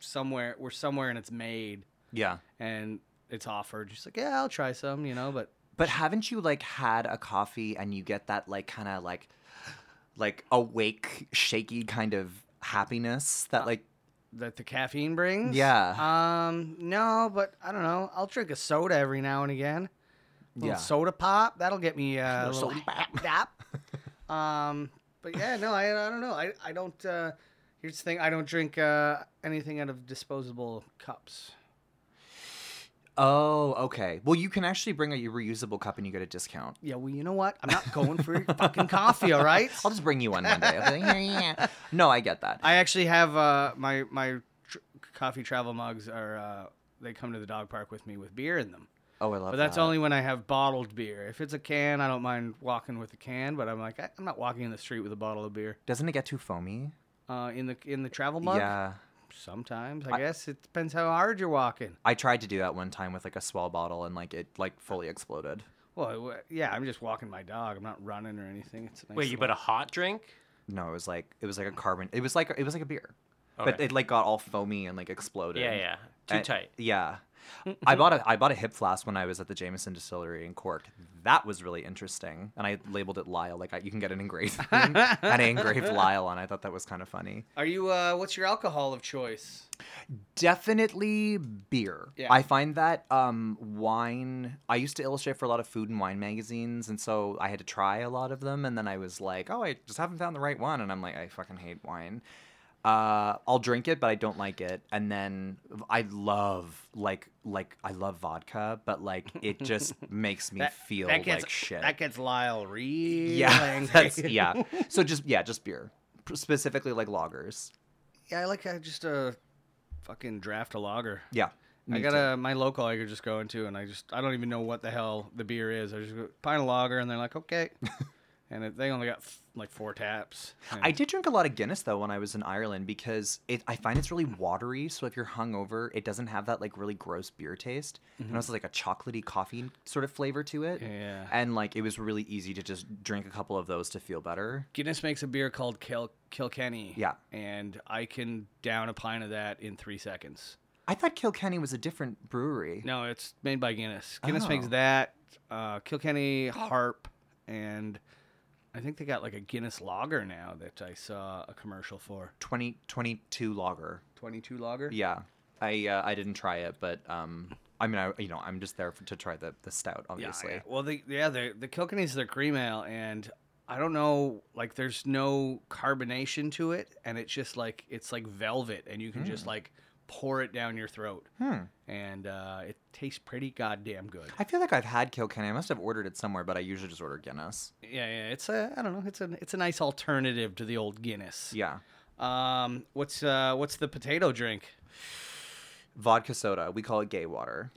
somewhere, we're somewhere and it's made,
Yeah.
and it's offered. She's like, yeah, I'll try some, you know, but
But haven't you like had a coffee and you get that like kind of like like awake, shaky kind of happiness
Uh,
that like
that the caffeine brings.
Yeah.
Um, no, but I don't know. I'll drink a soda every now and again. little
Yeah.
soda pop. That'll get me uh, a little
soda
dap. um, but yeah, no, I, I don't know. I, I don't. Uh, here's the thing: I don't drink uh, anything out of disposable cups.
Oh, okay. Well, you can actually bring a reusable cup and you get a discount.
Yeah, well, you know what? I'm not going for your fucking coffee. All right.
I'll just bring you one one day. I'll be like, "Yeah, yeah." no, I get that.
I actually have uh, my my tr- coffee travel mugs are. Uh, they come to the dog park with me with beer in them.
oh, I love
But that's
that.
only when I have bottled beer. If it's a can, I don't mind walking with a can. But I'm like, I, I'm not walking in the street with a bottle of beer.
Doesn't it get too foamy?
Uh, in the in the travel mug,
Yeah.
sometimes I, guess it depends how hard you're walking.
I tried to do that one time with like a swell bottle and like it like fully exploded.
Well, it w- yeah, I'm just walking my dog. I'm not running or anything. It's a nice
Wait, you
little-
but a hot drink?
No, it was like it was like a carbon. It was like it was like a beer, but
Okay.
it like got all foamy and like exploded.
Yeah, yeah. Too
And-
tight.
Yeah. I bought a I bought a hip flask when I was at the Jameson Distillery in Cork. That was really interesting, and I labeled it Lyle. Like I, you can get an engraving, and I engraved Lyle on. it. I thought that was kind of funny.
Are you? Uh, what's your alcohol of choice?
Definitely beer.
Yeah.
I find that um, wine. I used to illustrate for a lot of food and wine magazines, and so I had to try a lot of them. And then I was like, oh, I just haven't found the right one. And I'm like, I fucking hate wine. Uh, I'll drink it, but I don't like it. And then I love like like I love vodka, but like it just makes me feel
that gets,
like shit.
That gets Lyle real
yeah,
angry.
that's, yeah. So just yeah, just beer, specifically like lagers.
yeah, I like uh, just a fucking draft a lager.
Yeah,
I
me
got
too.
a my local I could just go into and I just I don't even know what the hell the beer is. I just go, pint of lager and they're like okay, and it, they only got f- like four taps. and-
I did drink a lot of Guinness though when I was in Ireland because it I find it's really watery. So if you're hungover, it doesn't have that like really gross beer taste, and also like a chocolatey coffee sort of flavor to it.
Mm-hmm. Yeah.
And like it was really easy to just drink a couple of those to feel better.
Guinness makes a beer called Kil- Kilkenny.
Yeah.
and I can down a pint of that in three seconds.
I thought Kilkenny was a different brewery.
No, it's made by Guinness. Guinness makes
Oh.
that uh, Kilkenny Harp, and I think they got like a Guinness Lager now that I saw a commercial for.
Twenty twenty two 2022 lager.
Twenty two Lager.
Yeah. I uh, I didn't try it, but um I mean I you know, I'm just there for, to try the the stout obviously.
Yeah, yeah. Well, the yeah, the the Kilkenny's their cream ale, and I don't know, like there's no carbonation to it, and it's just like it's like velvet, and you can just like pour it down your throat, and uh, it tastes pretty goddamn good.
I feel like I've had Kilkenny. I must have ordered it somewhere, but I usually just order Guinness.
Yeah, yeah. It's a I don't know. It's a it's a nice alternative to the old Guinness.
Yeah.
Um, what's uh what's the potato drink?
vodka soda. We call it gay water.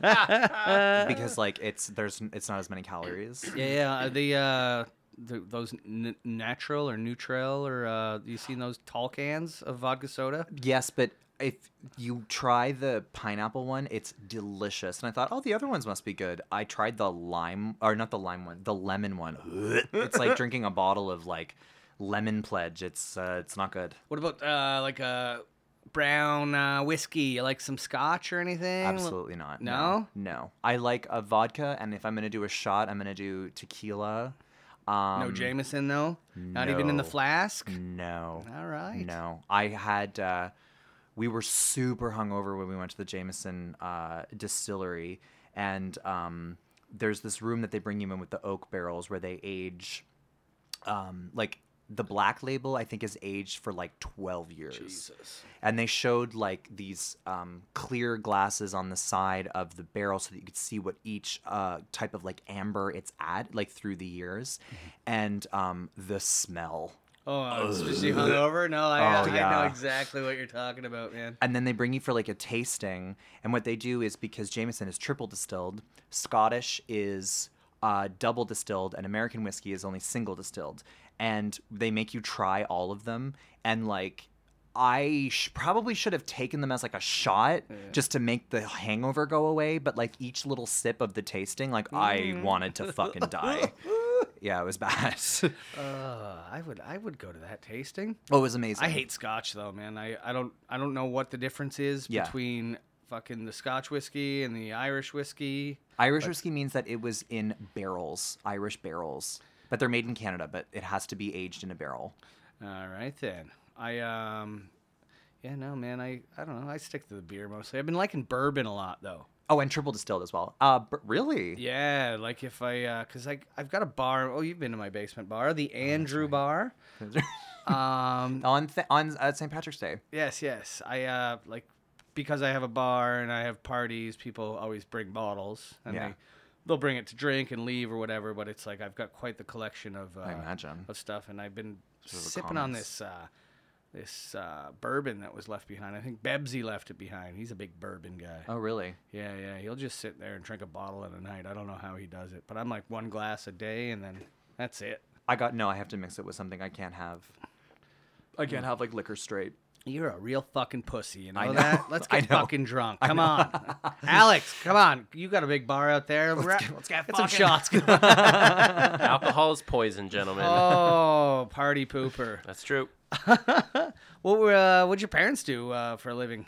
because like it's there's it's not as many calories.
Yeah, yeah. uh, The uh. The, those n- natural or Nutrel or uh, you seen those tall cans of vodka soda?
Yes, but if you try the pineapple one, it's delicious. And I thought, oh, the other ones must be good. I tried the lime or not the lime one, the lemon one. It's like drinking a bottle of like lemon pledge. It's uh, it's not good.
What about uh, like a brown uh, whiskey? You like some scotch or anything?
Absolutely not.
No?
no. No. I like a vodka and if I'm going to do a shot, I'm going to do tequila. Um
No Jameson though. Not even in the
no.
flask.
No.
All right.
No, I had. Uh, we were super hungover when we went to the Jameson uh, distillery, and um, there's this room that they bring you in with the oak barrels where they age. Um, like the black label, I think is aged for like 12 years and they showed like these um, clear glasses on the side of the barrel so that you could see what each uh, type of like amber it's at like through the years and um, the smell
Oh, especially hungover. No, I,
Oh,
I know
yeah.
exactly what you're talking about, man.
and then they bring you for like a tasting and what they do is because jameson is triple distilled scottish is uh, double distilled and american whiskey is only single distilled and they make you try all of them and like i sh- probably should have taken them as like a shot just to make the hangover go away but like each little sip of the tasting like
Mm.
i wanted to fucking die yeah it was bad
Uh, I would I would go to that tasting.
oh it was amazing
I hate scotch though, man. I, I don't I don't know what the difference is
Yeah.
between fucking the scotch whiskey and the Irish whiskey.
Irish whiskey means that it was in barrels, Irish barrels, but they're made in Canada, but it has to be aged in a barrel.
All right then. I um Yeah, no, man. I, I don't know. I stick to the beer mostly. I've been liking bourbon a lot, though.
Oh, and triple distilled as well. Uh, b- really?
Yeah, like if I, uh, cause I, I've got a bar. Oh, you've been to my basement bar, the Andrew Bar. Um,
on th- on uh, St. Patrick's Day.
yes, yes. I uh, like because I have a bar and I have parties. People always bring bottles, and
Yeah.
they they'll bring it to drink and leave or whatever. But it's like I've got quite the collection of uh,
imagine.
of stuff, and I've been
Sort of a
sipping on
commons.
this. Uh, this uh, bourbon that was left behind. I think Bebsy left it behind. He's a big bourbon guy.
Oh, really?
Yeah, yeah. He'll just sit there and drink a bottle at a night. I don't know how he does it, but I'm like one glass a day and then that's it.
I got no. I have to mix it with something I can't have. I can't have like liquor straight.
You're a real fucking pussy, you know,
I know.
that? Let's
I
get
know.
fucking drunk. Come on. Alex, come on. You got a big bar out there. Ra- Let's get, some shots. going.
Alcohol is poison, gentlemen.
oh, party pooper.
That's true.
What were uh, what'd your parents do uh, for a living?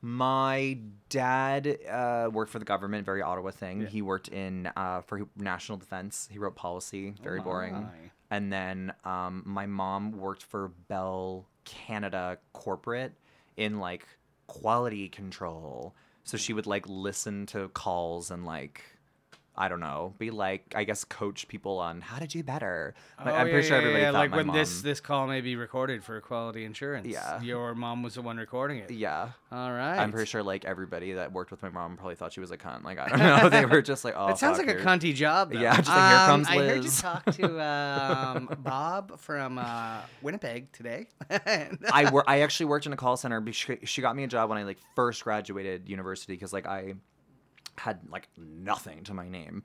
My dad uh, worked for the government, very Ottawa thing. He worked in uh, for national defense. He wrote policy, very boring.
my.
And then um, my mom worked for Bell Canada corporate in like quality control. So she would like listen to calls and like. I don't know. Be like, I guess, coach people on how to do better. Like,
Oh,
I'm
yeah,
pretty sure
yeah,
everybody
yeah,
thought
like
my
when
mom.
this this call may be recorded for quality insurance.
Yeah.
Your mom was the one recording it.
yeah,
All right.
I'm pretty sure like everybody that worked with my mom probably thought she was a cunt. Like I don't know, they were just like, oh,
It sounds
fuck,
like a
you're-
cunty job. Though. Um,
Yeah, just like, here comes
I heard you
Liz.
talk to um, Bob from uh, Winnipeg today.
I wor- I actually worked in a call center. Because she, she got me a job when I like first graduated university because like I had like nothing to my name,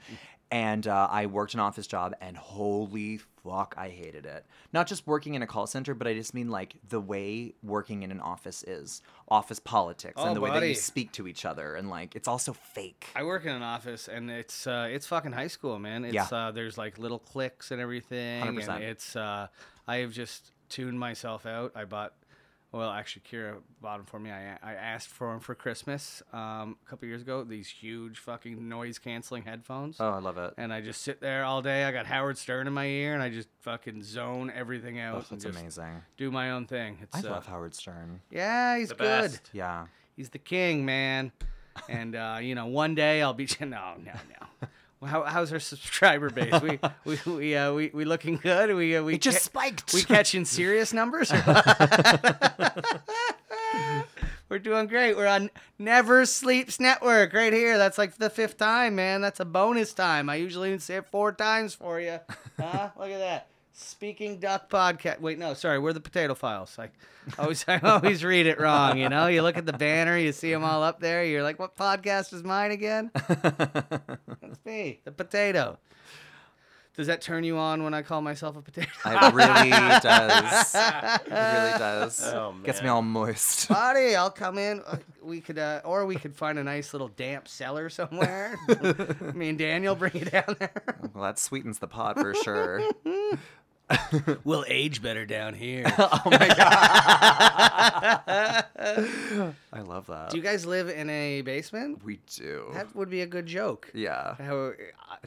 and uh, I worked an office job and holy fuck, I hated it. Not just working in a call center, but I just mean like the way working in an office is office politics
Oh,
and the way that
buddy.
you speak to each other and like it's also fake.
I work in an office, and it's uh, it's fucking high school, man. It's
Yeah.
uh, there's like little clicks and everything, and
100%.
it's uh, I have just tuned myself out. I bought. Well, actually, Kira bought 'em for me. I, I asked for them for Christmas um, a couple years ago. These huge fucking noise canceling headphones.
oh, I love it.
and I just sit there all day. I got Howard Stern in my ear, and I just fucking zone everything out.
Oh,
and
that's
just
amazing.
Do my own thing.
I
It's, uh,
love Howard Stern.
Yeah, he's
The
good.
best.
Yeah.
He's the king, man. And uh, you know, one day I'll be. No, no, no. Well, How, how's our subscriber base? We we we uh, we, we looking good. We uh, we
It just
ca-
spiked.
we catching serious numbers. We're doing great. We're on Never Sleeps Network right here. That's like the fifth time, man. That's a bonus time. I usually say it four times for you. Huh? Look at that. Speaking Duck podcast. Wait, no, sorry. We're the Potato Files. I always, I always read it wrong. You know, you look at the banner, you see them all up there. You're like, what podcast is mine again? That's me, the potato. Does that turn you on when I call myself a potato?
It really does. It really does.
Oh,
Gets me
man.
all moist.
buddy, I'll come in. Uh, We could, uh, or we could find a nice little damp cellar somewhere. Me and Daniel bring you down there.
Well, that sweetens the pot for sure.
We'll age better down here.
oh my god. I love that.
Do you guys live in a basement?
we do.
That would be a good joke.
yeah.
How uh,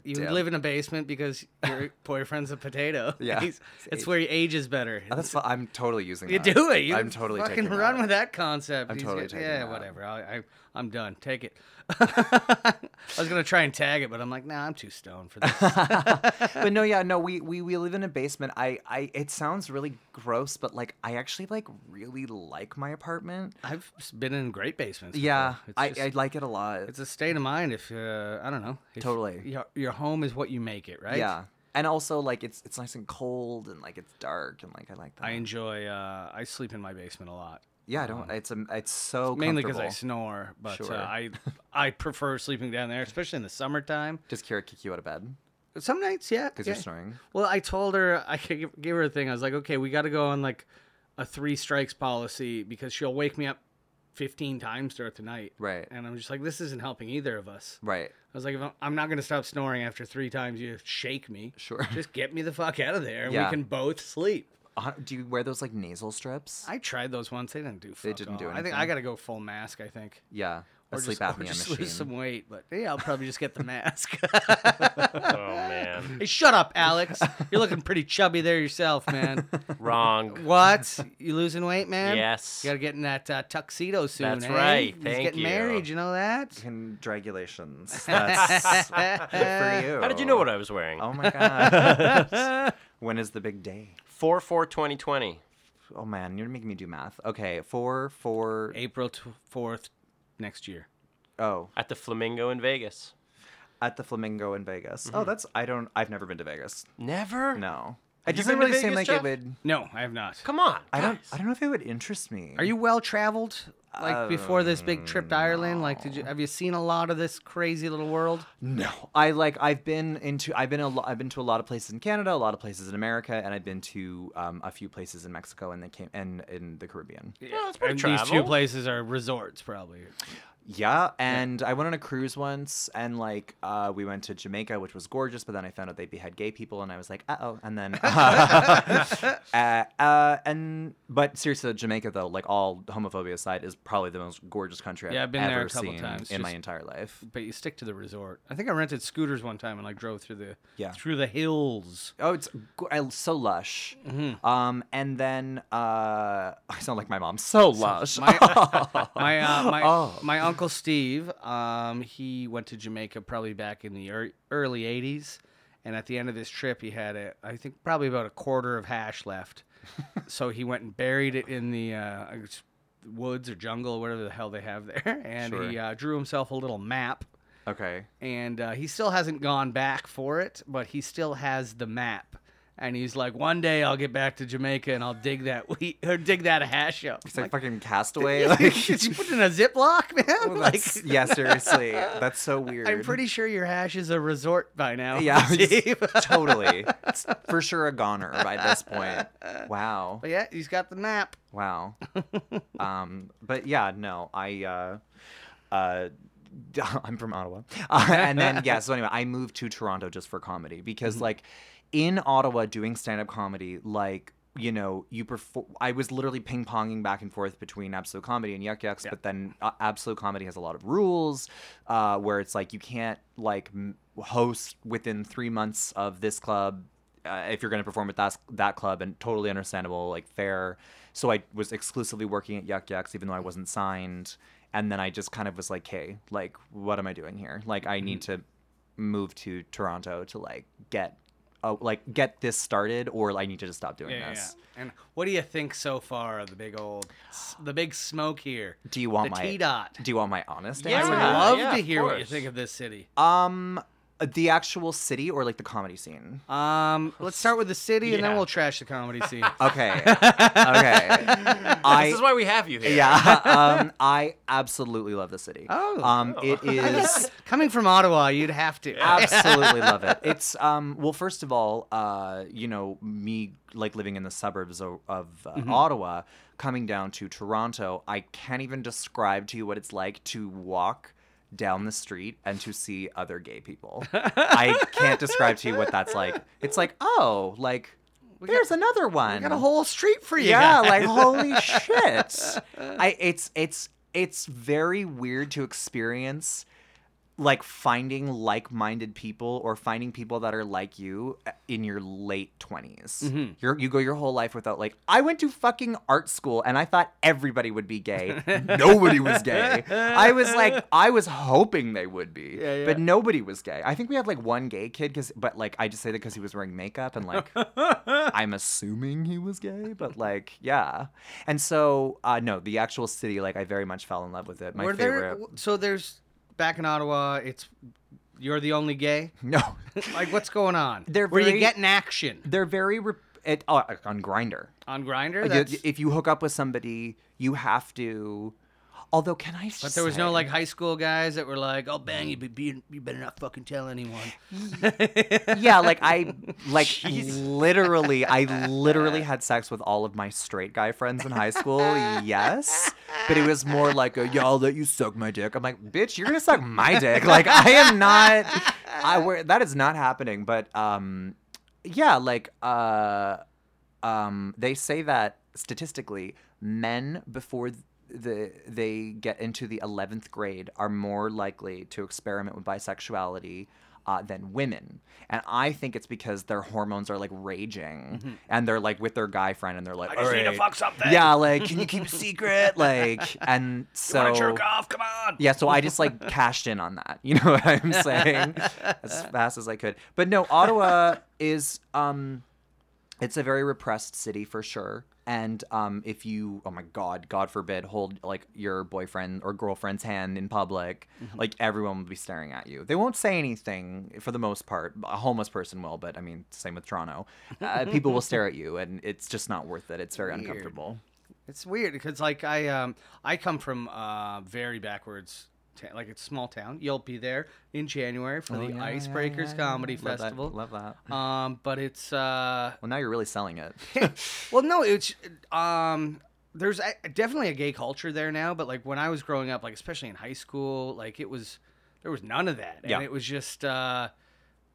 you
Damn.
live in a basement because your boyfriend's a potato.
Yeah.
He's- it's where he ages better.
Oh, that's. Fu- I'm totally using.
you
that.
do it. You
I'm totally
fucking
taking
run
that.
with that concept.
I'm
He's
totally
got-
taking
Yeah,
that.
whatever. I, I, I'm done. Take it. I was gonna try and tag it, but I'm like, nah, I'm too stoned for this.
but no, yeah, no, we, we we live in a basement. I I it sounds really gross, but like I actually like really like my apartment.
I've s- been in great basements. before.
Yeah,
it's
I,
just-
I like it a lot.
it's a state of mind. If uh, I don't know, if
Totally.
Your, your home is what you make it, right?
Yeah, and also like it's it's nice and cold and like it's dark and like I like that.
I enjoy. Uh, I sleep in my basement a lot,
yeah, I don't. It's um, it's so
mainly because I
comfortable.
snore. But
Sure.
uh, I I prefer sleeping down there, especially in the summertime.
Does Kira kick you out of bed
Some nights, yeah,
because
yeah.
you're snoring?
Well, I told her I could give- give her a thing. I was like, okay, we got to go on like a three strikes policy because she'll wake me up fifteen times throughout the night.
Right.
And I'm just like, this isn't helping either of us.
Right.
I was like, if I'm, I'm not going to stop snoring after three times you shake me.
Sure.
Just get me the fuck out of there and
Yeah.
we can both sleep.
Uh, Do you wear those like nasal strips?
I tried those once. They didn't do fuck
They didn't do
all. I think I
anything?
got to go full mask, I think.
yeah. A
or
sleep
just, or
apnea
just
machine.
lose some weight. But yeah, I'll probably just get the mask.
Oh man,
hey, shut up, Alex. You're looking pretty chubby there yourself, man.
wrong.
What? You losing weight, man?
Yes.
You gotta get in that uh, tuxedo soon.
That's
eh?
right.
He's
Thank
getting
you.
married. You know that?
Congratulations. That's good for you.
How did you know what I was wearing?
Oh my god. when is the big day?
Four four twenty twenty.
Oh man, you're making me do math. Okay, four, four.
April fourth next year.
Oh,
at the Flamingo in Vegas.
at the Flamingo in Vegas.
Mm-hmm.
Oh, that's I don't. I've never been to Vegas.
Never.
No,
Have
it
you
doesn't
been to
really seem
Vegas,
like
Jeff?
it would.
No, I have not.
Come on.
I don't.
guys.
I don't know if it would interest me.
Are you well traveled? Like
Uh,
before this big trip to Ireland? Like, did you have you seen a lot of this crazy little world?
No, I like. I've been into. I've been a. Lo- I've been to a lot of places in Canada, a lot of places in America, and I've been to um, a few places in Mexico and the came and in the Caribbean.
Yeah, that's pretty
and these two
travel.
places are resorts, probably.
Yeah, and I went on a cruise once, and like uh, we went to Jamaica, which was gorgeous. But then I found out they had gay people, and I was like, uh oh. And then, uh, uh, and but seriously, Jamaica though, like all homophobia aside, is probably the most gorgeous country
Yeah,
I've,
I've been there a
ever
couple
seen
times,
in my
just-
entire life.
But you stick to the resort. I think I rented scooters one time and like drove through the
Yeah.
through the hills.
Oh, it's go- I- so lush. Um, and then uh, I sound like my mom. So lush.
My uh, my
Oh.
my uncle Steve, um, he went to Jamaica probably back in the ear- early '80s, and at the end of this trip, he had a, I think probably about a quarter of hash left, so he went and buried it in the uh, woods or jungle or whatever the hell they have there, and he
Sure.
uh, drew himself a little map.
okay.
And uh, he still hasn't gone back for it, but he still has the map. And he's like, one day I'll get back to Jamaica and I'll dig that wheat or dig that hash up.
It's like, fucking castaway.
Did
Like, Oh,
you put it in a Ziploc, man? like,
that's- yeah, seriously, that's so weird.
I'm pretty sure your hash is a resort by now.
Yeah,
Steve.
it's- totally. It's for sure a goner by this point. Wow.
but yeah, he's got the map.
Wow. Um, but yeah, no, I, uh, uh, I'm from Ottawa. Uh, and then, yeah, so anyway, I moved to Toronto just for comedy because, like, in Ottawa, doing stand up comedy, like, you know, you perform. I was literally ping ponging back and forth between Absolute Comedy and Yuck Yucks, but then uh, Absolute Comedy has a lot of rules uh, where it's like you can't, like, m- host within three months of this club uh, if you're going to perform at that that club and totally understandable like fair so i was exclusively working at yuck yucks even though i wasn't signed and then i just kind of was like hey like what am i doing here like i need
Mm-hmm.
to move to toronto to like get oh like get this started or i need to just stop doing this
And what do you think so far of the big old, the big smoke here?
do you want
The
my
T-dot.
do you want my honest
Yeah.
I
answer
would
Yeah,
love
yeah,
to
of
hear what you
course.
think of this city.
um the actual city or like the comedy scene
Um, let's start with the city, and then
Yeah.
we'll trash the comedy scene.
okay okay I,
this is why we have you here.
Yeah, um, I absolutely love the city.
Oh.
um, it is
Coming from Ottawa, you'd have to.
absolutely love it. It's um, well, first of all, uh, you know, me like living in the suburbs of, of uh,
Mm-hmm.
Ottawa, coming down to Toronto, I can't even describe to you what it's like to walk down the street and to see other gay people. I can't describe to you what that's like. It's like, oh, like. There's another one.
I got a whole street for you.
Yeah,
guys.
like holy shit. I it's it's it's very weird to experience like finding like-minded people or finding people that are like you uh, in your late 20s.
Mm-hmm.
You're, you go your whole life without like I went to fucking art school and I thought everybody would be gay. nobody was gay. I was like I was hoping they would be,
Yeah, yeah.
but nobody was gay. I think we had like one gay kid cuz but like I just say that cuz he was wearing makeup and like I'm assuming he was gay, but like, yeah. And so, uh, no, the actual city, like, I very much fell in love with it. My
Were there-
favorite.
w- so there's back in Ottawa. It's you're the only gay.
No,
Like what's going on?
They're
Were you
very-
getting action
they're very re- it, oh, like, on Grinder.
on Grinder?
If you hook up with somebody, you have to. Although, can I?
But there was no like high school guys that were like, "I'll bang you, but be, you better not fucking tell anyone."
yeah, like I, like literally, I literally had sex with all of my straight guy friends in high school. Yes, but it was more like a y'all let you suck my dick. I'm like, bitch, you're gonna suck my dick. Like I am not. I where that is not happening. But um, yeah, like uh, um, they say that statistically, men before the they get into the 11th grade are more likely to experiment with bisexuality uh, than women and i think it's because their hormones are like raging and they're like with their guy friend and they're like
Mm-hmm. I just need to
"Alright,
fuck something.
yeah like can you keep a secret like and so
Wanna jerk off? Come on.
yeah, so I just like cashed in on that. You know what I'm saying? as fast as I could. But no, Ottawa is um it's a very repressed city for sure. And um if you oh my god, God forbid, hold like your boyfriend or girlfriend's hand in public,
Mm-hmm.
like everyone will be staring at you. They won't say anything for the most part. A homeless person will, but I mean same with Toronto. Uh, people will stare at you and it's just not worth it. It's very uncomfortable.
It's weird because like I um I come from uh very backwards ta- like it's a small town. You'll be there in January for the
Oh, yeah, yeah,
Icebreakers
yeah, yeah.
Comedy
Love that-
Festival.
Love that.
Um, but it's uh
Well, now you're really selling it.
well no it's um there's a, definitely a gay culture there now but like when i was growing up like especially in high school like it was there was none of that and
Yeah.
it was just uh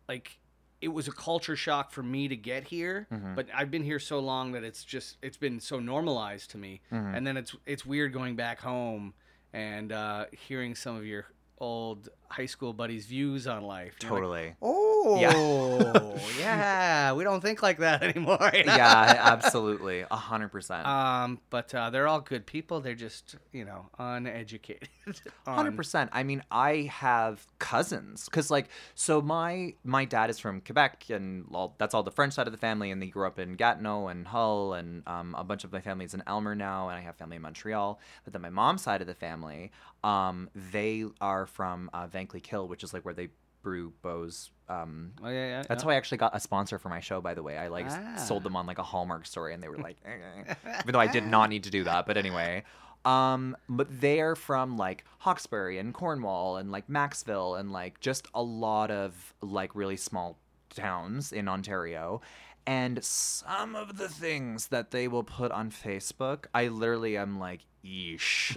like it was a culture shock for me to get here
Mm-hmm.
but i've been here so long that it's just it's been so normalized to me
Mm-hmm. Mm.
and then it's it's weird going back home and uh hearing some of your old high school buddies views on life And you're like,
Totally.
oh yeah. we don't think like that anymore you know?
yeah, absolutely, a hundred percent,
Um, but uh, they're all good people. They're just you know uneducated.
A
on-
hundred percent. I mean, I have cousins because, like, so my my dad is from Quebec, and all, that's all the French side of the family, and they grew up in Gatineau and Hull, and um, a bunch of my family's in Elmer now, and I have family in Montreal. But then my mom's side of the family, um, they are from uh, Vankley Hill, which is like where they brew Bose. Um,
Oh yeah, yeah.
That's
yeah.
why I actually got a sponsor for my show, by the way. I like s-
Ah. Ah.
sold them on like a Hallmark story, and they were like, "Eh, eh, eh," even though I did not need to do that, but anyway. Um, but they're from like Hawkesbury and Cornwall and like Maxville and like just a lot of like really small towns in Ontario. And some of the things that they will put on Facebook, I literally am like, eesh,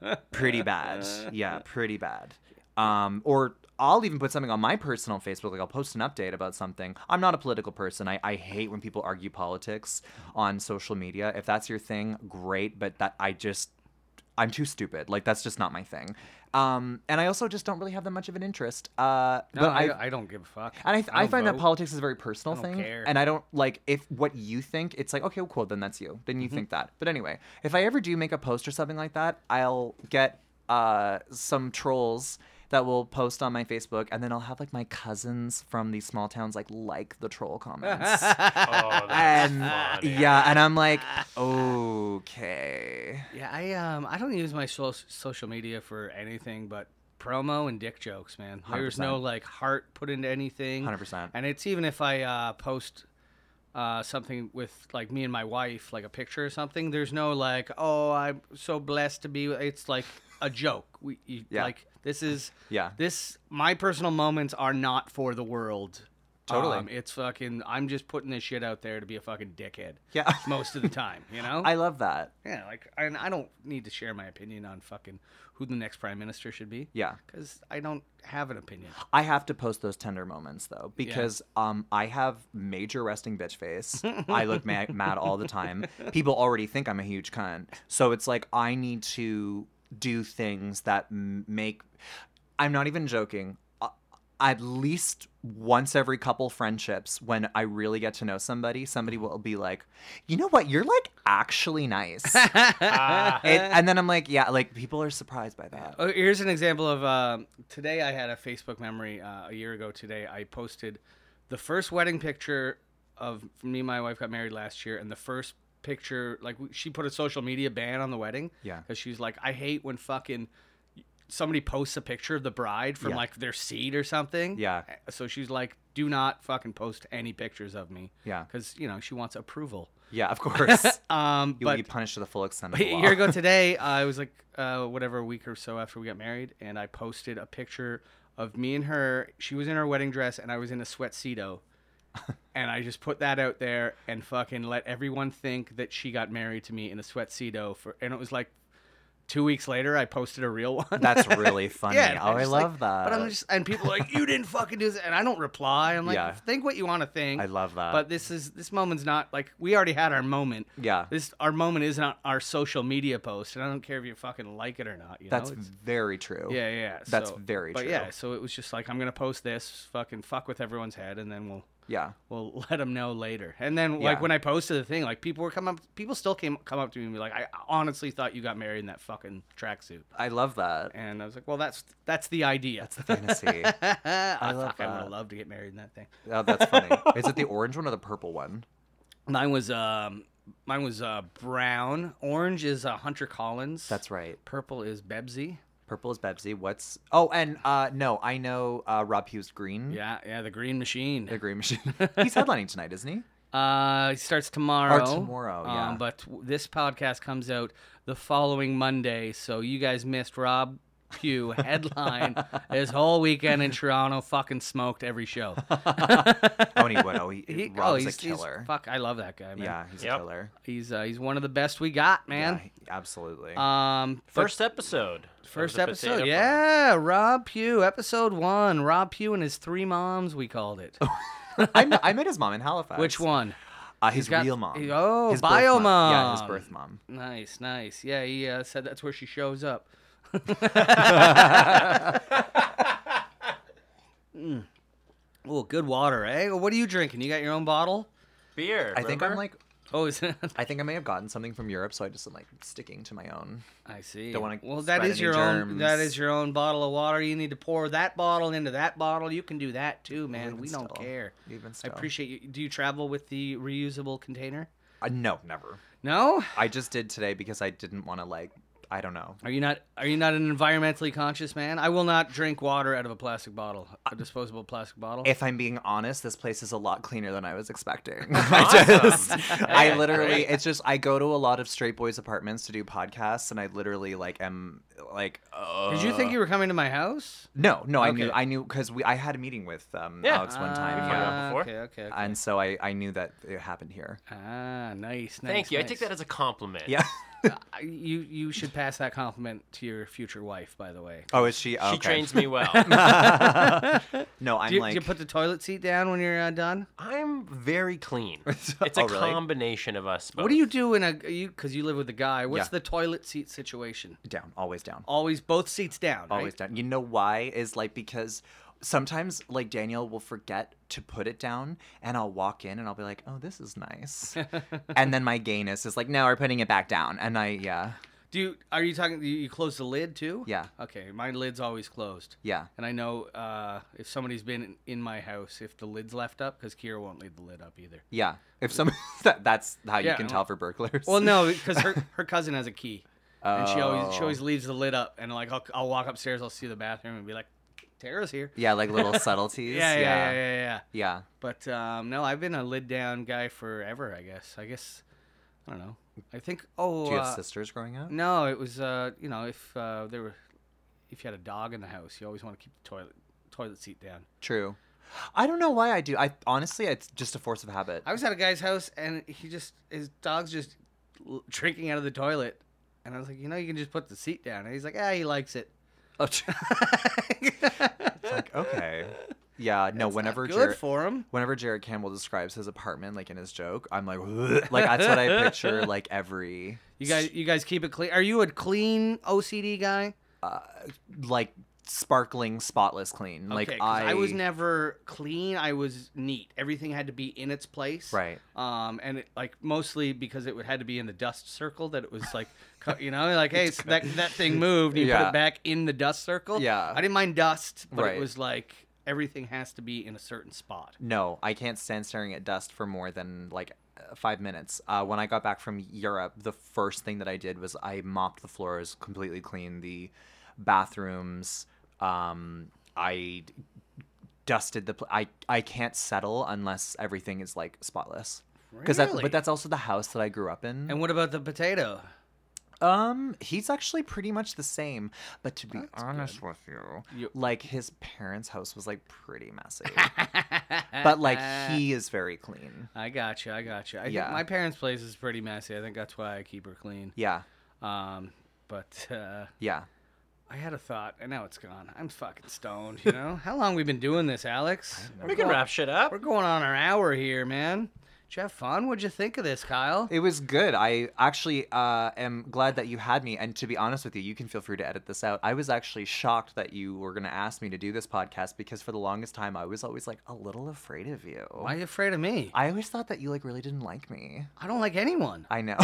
like pretty bad. Yeah, pretty bad. Um, or I'll even put something on my personal Facebook. Like I'll post an update about something. I'm not a political person. I, I hate when people argue politics on social media. If that's your thing, great. But that I just I'm too stupid. Like that's just not my thing. Um, and I also just don't really have that much of an interest. Uh,
No,
but
I,
I,
I don't give a fuck.
and I, th- I,
don't
find that
vote.
politics is a very personal
don't
thing.
care.
And I don't like if what you think, it's like, okay, well, cool, then that's you. Then you think that. But anyway, if I ever do make a post or something like that, I'll get uh, some trolls that will post on my Facebook, and then I'll have like my cousins from these small towns like like the troll comments.
Oh, that's
and
funny.
yeah, and I'm like, okay.
Yeah, I um I don't use my so- social media for anything but promo and dick jokes, man. There's no
100%.
like heart put into anything.
100%.
And it's even if I uh, post uh, something with like me and my wife, like a picture or something. There's no like, oh, I'm so blessed to be. with-" It's like a joke. We you,
Yeah.
like this is
Yeah.
This my personal moments are not for the world.
Totally.
Um, it's fucking. I'm just putting this shit out there to be a fucking dickhead.
Yeah.
Most of the time, you know.
I love that.
Yeah, like, and I don't need to share my opinion on fucking who the next prime minister should be.
Yeah.
Because I don't have an opinion.
I have to post those tender moments though because um I have major resting bitch face. I look ma- mad all the time. People already think I'm a huge cunt. So it's like I need to do things that m- make I'm not even joking. Uh, At least once every couple friendships, when I really get to know somebody, somebody will be like, "You know what? You're like actually nice," It-
Ah,
and then I'm like, "Yeah, like people are surprised by that."
Oh, here's an example of um today. I had a Facebook memory uh, a year ago. Today, I posted the first wedding picture of me and my wife got married last year, and the first picture like we- she put a social media ban on the wedding.
Yeah.
because she's like, I hate when fucking somebody posts a picture of the bride from
Yeah.
like their seat or something.
Yeah.
So she's like, do not fucking post any pictures of me.
Yeah.
Because, you know, she wants approval.
Yeah, of course.
Um,
You'll
but
be punished to the full extent of
a
the law.
year ago today, I was like, uh, whatever, a week or so after we got married, and I posted a picture of me and her. She was in her wedding dress, and I was in a sweatsedo. and I just put that out there and fucking let everyone think that she got married to me in a sweatsedo for, and it was like two weeks later, I posted a real one.
That's really funny.
yeah,
oh,
I'm
I
just like-
love that.
But I'm just, and people are like, you didn't fucking do this, and I don't reply. I'm like,
Yeah.
think what you want to think.
I love that.
But this is this moment's not like we already had our moment.
Yeah.
This our moment is not our social media post, and I don't care if you fucking like it or not. You
That's
know? It's-
very true.
yeah, yeah.
That's
so-
very
but
true.
yeah, so it was just like I'm gonna post this, fucking fuck with everyone's head, and then we'll
Yeah.
we'll let them know later. And then like
Yeah.
when I posted the thing, like people were come up, people still came come up to me and be like, I honestly thought you got married in that fucking tracksuit.
I love that.
And I was like, well, that's that's the idea. That's the
Fantasy.
I,
love uh,
fuck, I would
that.
have loved to get married in that thing.
oh, that's funny. Is it the orange one or the purple one?
Mine was um, mine was uh, brown. Orange is uh, Hunter Collins.
That's right.
Purple is Bebsy.
Purple is Pepsi. What's oh, and uh no, I know uh Rob Hughes Green.
Yeah, yeah, the Green Machine.
The Green Machine. He's headlining tonight, isn't he?
Uh, it starts tomorrow.
tomorrow, yeah.
Um, but w- this podcast comes out the following Monday, so you guys missed Rob Pugh headline his whole weekend in Toronto. Fucking smoked every show.
Oh, and he would. Oh, he,
He-
Rob is a
he's- he's-
killer.
fuck, I love that guy, man.
yeah, he's
Yep.
a killer.
He's uh, he's one of the best we got,
Yeah,
man.
he- absolutely.
Um, but
First episode. of
First
the
episode,
Potato Farm.
yeah. Rob Pugh, episode one. Rob Pugh and his three moms, we called it.
I, met, I met his mom in Halifax.
Which one?
Uh, his
He's got-
real mom.
he- oh,
his
bio
birth mom. Yeah, his
mom.
birth mom.
Nice, nice. Yeah, he uh, said that's where she shows up. mm. Oh, good water, eh? What are you drinking? You got your own bottle?
Beer.
I think I'm
remember?
like,
Oh, is it?
I think I may have gotten something from Europe, so I just am like sticking to my own.
I see.
Don't wanna
well, that
spread
is
any
your own. That
germs.
is your own bottle of water. You need to pour that bottle into that bottle. You can do that too, man.
even
We don't
still.
care.
Even
I
still.
appreciate you. Do you travel with the reusable container?
Uh, no, never.
No.
I just did today because I didn't want to like, I don't know.
Are you not? Are you not an environmentally conscious man? I will not drink water out of a plastic bottle, a disposable plastic bottle.
If I'm being honest, this place is a lot cleaner than I was expecting. I just, I literally, it's just, I go to a lot of straight boys' apartments to do podcasts, and I literally like am like, uh,
Did you think you were coming to my house?
no, no, I knew,
Okay.
I knew because we, I had a meeting with um,
Yeah.
Alex one time,
found
yeah.
out before.
Okay, okay. okay.
and so I, I knew that it happened here.
ah, nice, nice.
Thank you. I
nice.
take that as a compliment.
Yeah.
I- you you should pass that compliment to your future wife, by the way.
Oh, is she? Okay.
She trains me well.
No, I'm
Do you,
like.
do you put the toilet seat down when you're uh, done?
I'm very clean. It's a
Oh, really?
combination of us. Both.
What do you do in a you? Because you live with a guy. What's
Yeah.
the toilet seat situation?
down, always down,
Always both seats down. right?
always down. You know why? Is like because sometimes like Daniel will forget to put it down, and I'll walk in and I'll be like, "Oh, this is nice," and then my gayness is like, "No, we're putting it back down," and I yeah
Do you are you talking? You you close the lid too?
Yeah.
Okay, my lid's always closed.
yeah.
And I know uh, if somebody's been in, in my house, if the lid's left up, because Kira won't leave the lid up either.
Yeah, if some that, that's how you
Yeah,
can
well-
tell for burglars.
Well, no, because her, her cousin has a key, and she always she
Oh.
always leaves the lid up. And like I'll, I'll walk upstairs, I'll see the bathroom, and be like, "Tara's here."
yeah, like little subtleties.
Yeah, yeah, yeah, yeah, yeah. yeah.
yeah.
But um, no, I've been a lid down guy forever. I guess. I guess. I don't know. I think. Oh.
Do you
uh,
have sisters growing up?
No, it was uh, you know if uh, there were if you had a dog in the house, you always want to keep the toilet toilet seat down.
True. I don't know why I do. I honestly, it's just a force of habit.
I was at a guy's house and he just his dog's just l- drinking out of the toilet, and I was like, you know, you can just put the seat down, and he's like, ah, he likes it.
Oh, tr- it's like okay, yeah. No, whenever
Good
Jared,
for him.
whenever Jared Campbell describes his apartment, like in his joke, I'm like, "Ugh." like that's what I picture. Like every
You guys, you guys keep it clean. Are you a clean OCD guy?
like sparkling, spotless clean. like
Okay, 'cause
I,
I was never clean. I was neat. Everything had to be in its place.
Right.
Um, and it, like mostly because it would, had to be in the dust circle that it was like, co- you know, like hey, so that that thing moved. And you put
Yeah.
it back in the dust circle.
Yeah.
I didn't mind dust, but
Right.
it was like everything has to be in a certain spot.
No, I can't stand staring at dust for more than like uh, five minutes. Uh, when I got back from Europe, the first thing that I did was I mopped the floors completely clean, the bathrooms. Um, I d- dusted the. Pl- I I can't settle unless everything is like spotless. Because
Really?
but that's also the house that I grew up in.
And what about the potato?
Um, he's actually pretty much the same. But to be honest with you,
You-
like his parents' house was like pretty messy. but like he is very clean.
I gotcha. I gotcha. I
Yeah.
think my parents' place is pretty messy. I think that's why I keep her clean.
Yeah.
Um, but uh,
Yeah.
I had a thought and now it's gone. I'm fucking stoned. You know how long we been doing this, Alex?
We can wrap shit up.
We're going on our hour here, man. Did you have fun? What'd you think of this, Kyle?
It was good. I actually uh, am glad that you had me. And to be honest with you, you can feel free to edit this out. I was actually shocked that you were going to ask me to do this podcast because for the longest time, I was always like a little afraid of you.
Why are you afraid of me?
I always thought that you like really didn't like me.
I don't like anyone.
I know.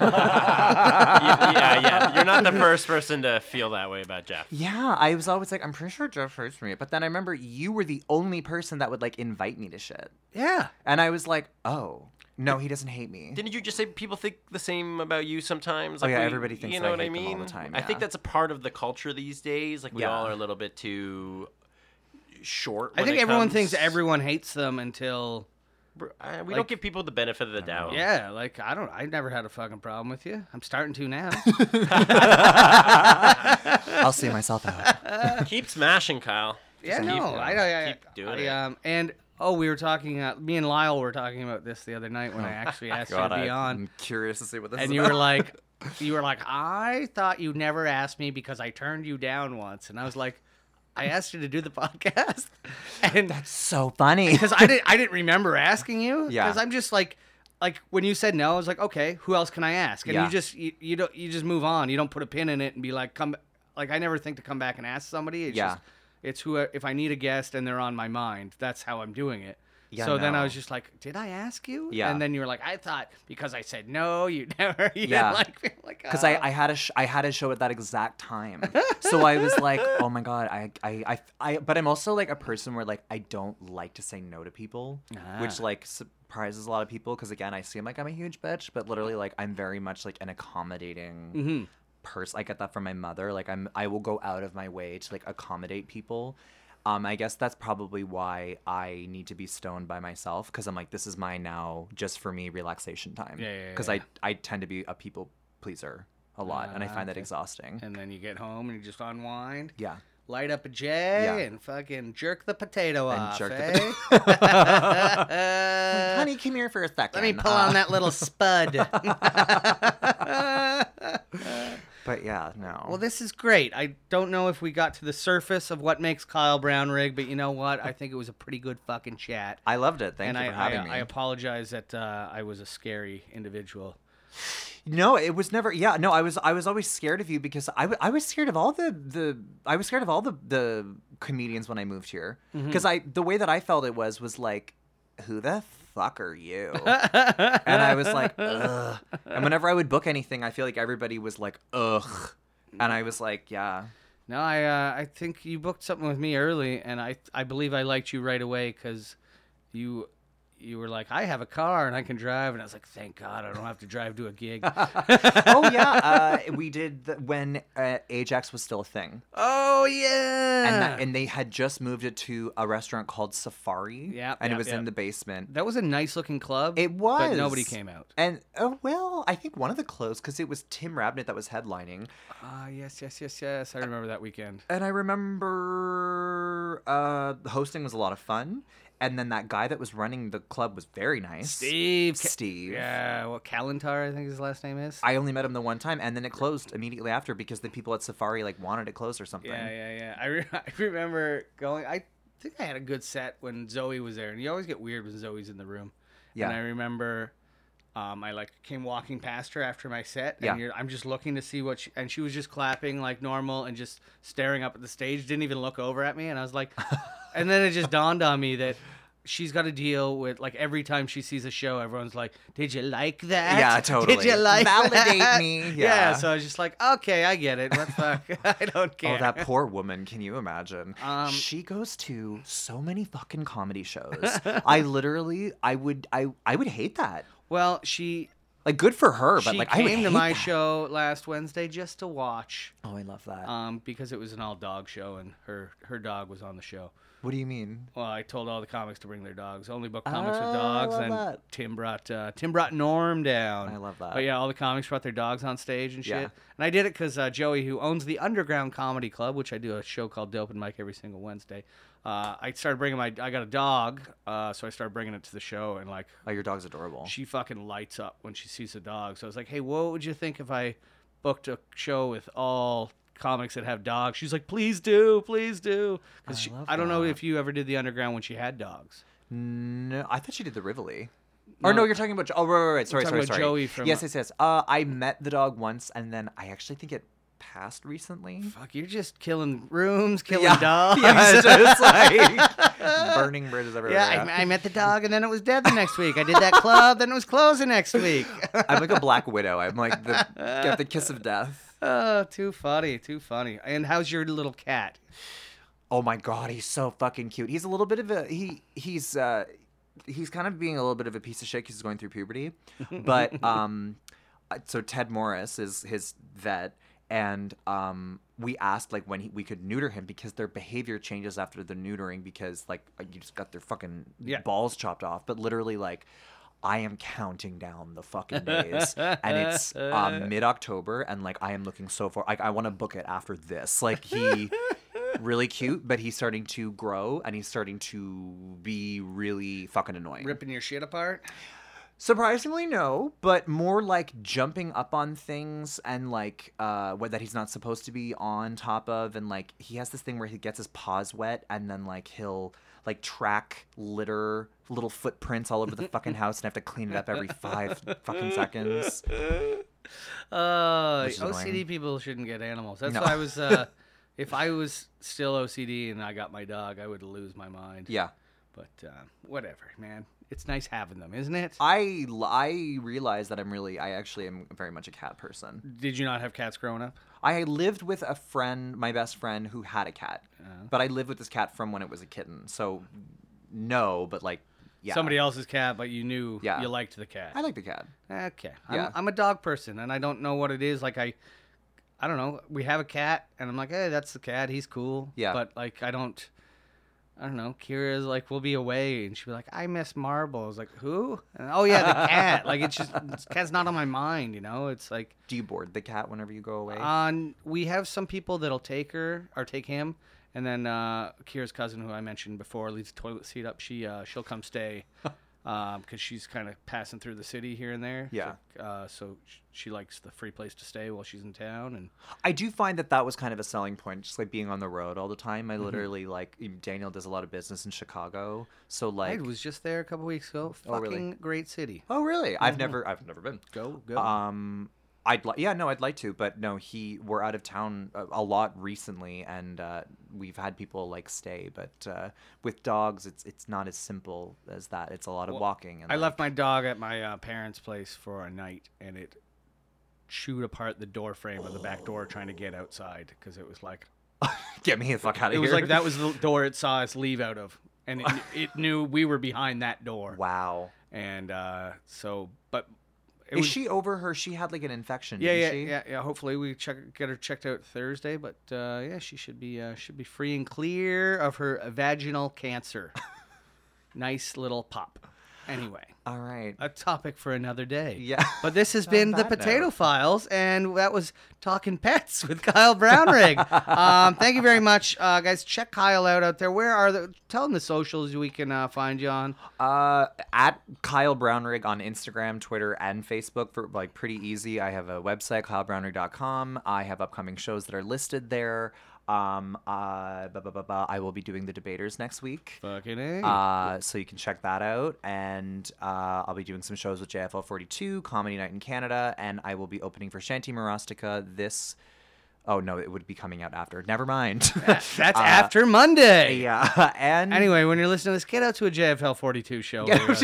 yeah, yeah, yeah. You're not the first person to feel that way about Jeff.
yeah, I was always like, I'm pretty sure Jeff hurts me. But then I remember you were the only person that would like invite me to shit.
Yeah.
And I was like, oh, no, he doesn't hate me.
Didn't you just say people think the same about you sometimes?
Oh, yeah,
we-
everybody thinks
you
that
know
I
what I
hate them
mean.
all the time,
I think
yeah.
that's a part of the culture these days. Like we
Yeah.
all are a little bit too short.
I
when
think
it
everyone
comes-
thinks everyone hates them until
Br- I- We
like-
don't give people the benefit of the doubt.
yeah, like I don't. I never had a fucking problem with you. I'm starting to now.
I'll see myself out.
keep smashing, Kyle.
yeah,
Just
no,
keep,
I, I, I
keep doing
I,
it.
Um, and oh, we were talking. Uh, me and Lyle were talking about this the other night when I
Oh,
actually asked you to be on,
I'm curious to see what this
and
is
you were like, you were like, I thought you never asked me because I turned you down once, and I was like, I asked you to do the podcast, and
so funny.
because I didn't I didn't remember asking you.
Yeah.
Because I'm just like like when you said no, I was like, okay, who else can I ask? And
Yeah.
you just you, you don't you just move on. You don't put a pin in it and be like come like I never think to come back and ask somebody. It's
Yeah.
just it's who if I need a guest and they're on my mind, that's how I'm doing it.
Yeah,
so then I
no.
was just like, did I ask you?
Yeah.
And then you were like, I thought because I said no, you never you
Yeah.
didn't like me. I'm Like
because
"Oh."
I, I had a sh- I had a show at that exact time, so I was like, oh my god, I, I I I. But I'm also like a person where like I don't like to say no to people, which
Ah.
like surprises a lot of people because again I seem like I'm a huge bitch, but literally like I'm very much like an accommodating.
Mm-hmm.
Person, I get that from my mother. Like I'm, I will go out of my way to like accommodate people. Um, I guess that's probably why I need to be stoned by myself because I'm like, this is my now just for me relaxation time.
Yeah, yeah,
Because
yeah.
I I tend to be a people pleaser a lot, and I find that exhausting.
Ah, and then you get home and you just unwind.
yeah.
light up a J
Yeah.
and fucking jerk the potato
And
off.
jerk the
eh?
Honey, come here for a second.
Uh, Let me pull
Uh,
on that little spud.
But yeah, no.
well, this is great. I don't know if we got to the surface of what makes Kyle Brownrigg, but you know what? I think it was a pretty good fucking chat.
I loved it. Thank
and
you
I,
for having
I,
me.
I apologize that uh, I was a scary individual.
No, it was never. Yeah, no, I was. I was always scared of you because I, w- I was scared of all the the. I was scared of all the the comedians when I moved here
Mm-hmm.
because I the way that I felt it was was like, who the fuck are you? and I was like, ugh. And whenever I would book anything, I feel like everybody was like, ugh. And I was like, yeah,
No, I uh, I think you booked something with me early, and I I believe I liked you right away because you you were like, I have a car and I can drive, and I was like, thank God I don't have to drive to a gig.
oh yeah. Uh, we did the, when uh, Ajax was still a thing,
oh yeah,
and that, and they had just moved it to a restaurant called Safari.
Yep,
and
yep,
it was
yep.
in the basement.
That was a nice looking club.
It was.
But nobody came out.
And oh well, I think one of the clothes because it was Tim Rabnett that was headlining,
Ah, yes, yes, yes, yes. I remember that weekend.
and I remember uh, the hosting was a lot of fun, and then that guy that was running the club was very nice,
Steve. Ca-
Steve.
yeah, well, Kalantar, I think his last name is.
I only met him the one time, and then it closed immediately after because the people at Safari like wanted it closed or something.
yeah, yeah, yeah. I, re- I remember going. I think I had a good set when Zoe was there, and you always get weird when Zoe's in the room.
Yeah.
And I remember, um, I like came walking past her after my set, and
Yeah.
you're, I'm just looking to see what, she, and she was just clapping like normal and just staring up at the stage, didn't even look over at me, and I was like, and then it just dawned on me that. She's got to deal with like every time she sees a show, everyone's like, "Did you like that?
Yeah,
Did
totally.
you like
Validate
that?"
me.
yeah,
Yeah.
so I was just like, "Okay, I get it. What the fuck? I don't care."
Oh, that poor woman. Can you imagine?
Um,
she goes to so many fucking comedy shows. I literally, I would, I, I would hate that.
Well, she
Like, good for her, but
she
like, I would
came to
hate
my
that.
show last Wednesday just to watch,
Oh, I love that.
um, because it was an all dog show and her her dog was on the show.
what do you mean?
Well, I told all the comics to bring their dogs. Only book comics
Ah,
with
I
dogs.
love
Then
that.
Tim brought uh, Tim brought Norm down.
I love that.
But yeah, all the comics brought their dogs on stage and shit.
Yeah.
And I did it because uh, Joey, who owns the Underground Comedy Club, which I do a show called Dope and Mike every single Wednesday, uh, I started bringing my I got a dog, uh, so I started bringing it to the show and like
Oh, your dog's adorable.
she fucking lights up when she sees a dog. So I was like, hey, what would you think if I booked a show with all comics that have dogs. She's like, please do, please do. Because
love
I, don't know
that.
if you ever did the underground when she had dogs.
No, I thought she did the Rivoli. Or no, you're talking about. Oh, right, right, right. Sorry,
talking
sorry,
about
sorry.
Joey from-
yes, yes, yes. Uh, I met the dog once, and then I actually think it passed recently.
Fuck, you're just killing rooms, killing
yeah.
dogs.
Yeah, it's just like burning bridges everywhere.
Yeah, I, I met the dog and then it was dead the next week. I did that club, then it was closed the next week.
I'm like a black widow. I'm like the got the kiss of death.
oh, too funny, too funny. And how's your little cat?
Oh my god, he's so fucking cute. He's a little bit of a he he's uh he's kind of being a little bit of a piece of shit 'cause he's going through puberty. But um uh, so Ted Morris is his vet and um we asked like when he, we could neuter him because their behavior changes after the neutering because like uh, you just got their fucking
Yeah.
balls chopped off but literally like I am counting down the fucking days, and it's um, mid October, and like I am looking so far. Like I want to book it after this. Like he, really cute, but he's starting to grow, and he's starting to be really fucking annoying.
Ripping your shit apart?
Surprisingly, no, but more like jumping up on things and like uh, what that he's not supposed to be on top of, and like he has this thing where he gets his paws wet, and then like he'll like track litter little footprints all over the fucking house, and have to clean it up every five fucking seconds.
Uh,
Which is
OCD
annoying.
people shouldn't get animals. That's
No.
why I was. Uh, if I was still OCD and I got my dog, I would lose my mind.
Yeah.
But uh, whatever, man. It's nice having them, isn't it?
I, I realize that I'm really I actually am very much a cat person.
Did you not have cats growing up?
I lived with a friend, my best friend, who had a cat,
Uh-huh.
but I lived with this cat from when it was a kitten. So, no, but like, yeah,
Somebody else's cat, but you knew
Yeah.
you liked the cat.
I like the cat.
Okay. I'm,
Yeah.
I'm a dog person, and I don't know what it is. Like I, I don't know. We have a cat, and I'm like, hey, that's the cat. He's cool.
Yeah.
But like, I don't. I don't know. Kira's like, we'll be away, and she'll be like, I miss marbles. like, who? And, oh yeah, the cat. like it's just this cat's not on my mind. You know, it's like
Do you board the cat whenever you go away?
on. We have some people that'll take her or take him, and then uh, Kira's cousin, who I mentioned before, leaves the toilet seat up. She uh, she'll come stay. Um, 'cause because she's kind of passing through the city here and there.
Yeah.
So, uh, so sh- she likes the free place to stay while she's in town, and
I do find that that was kind of a selling point, just like being on the road all the time.
Mm-hmm.
I literally like Daniel does a lot of business in Chicago, so like,
I was just there a couple weeks ago. Fucking
Oh, really?
great city.
oh really? I've never, I've never been.
Mm-hmm. Go go.
Um, I'd like, yeah, no, I'd like to, but no, he, we're out of town a, a lot recently, and uh, we've had people like stay, but uh, with dogs, it's it's not as simple as that. It's a lot of walking. And
I
like-
left my dog at my uh, parents' place for a night, and it chewed apart the door frame of the back door trying to get outside because it was like
Get me the fuck out of
it
here.
was like that was the door it saw us leave out of, and it, it knew we were behind that door,
Wow.
and uh, so but. It
Is
was,
she over her? She had like an infection.
Yeah, yeah,
didn't she?
yeah, yeah. Hopefully, we check get her checked out Thursday. But uh, yeah, she should be uh, should be free and clear of her vaginal cancer. nice little pop. Anyway,
All right.
a topic for another day.
Yeah.
But this has been the
that
Potato
note.
Files, and that was Talking Pets with Kyle Brownrig. um, thank you very much, uh, guys. Check Kyle out out there. Where are the? Tell him the socials we can uh, find you on.
Uh, at Kyle Brownrig on Instagram, Twitter, and Facebook for like pretty easy. I have a website, kylebrownig.com. I have upcoming shows that are listed there. Um, uh, ba ba ba ba. I will be doing the debaters next week.
Fucking A.
Uh, so you can check that out, and uh, I'll be doing some shows with JFL 42 Comedy Night in Canada, and I will be opening for Shanty Marostica this. Oh no, it would be coming out after. Never mind.
That's after Monday.
yeah, and
Anyway, when you're listening to this, get out to a JFL 42 show. while you're out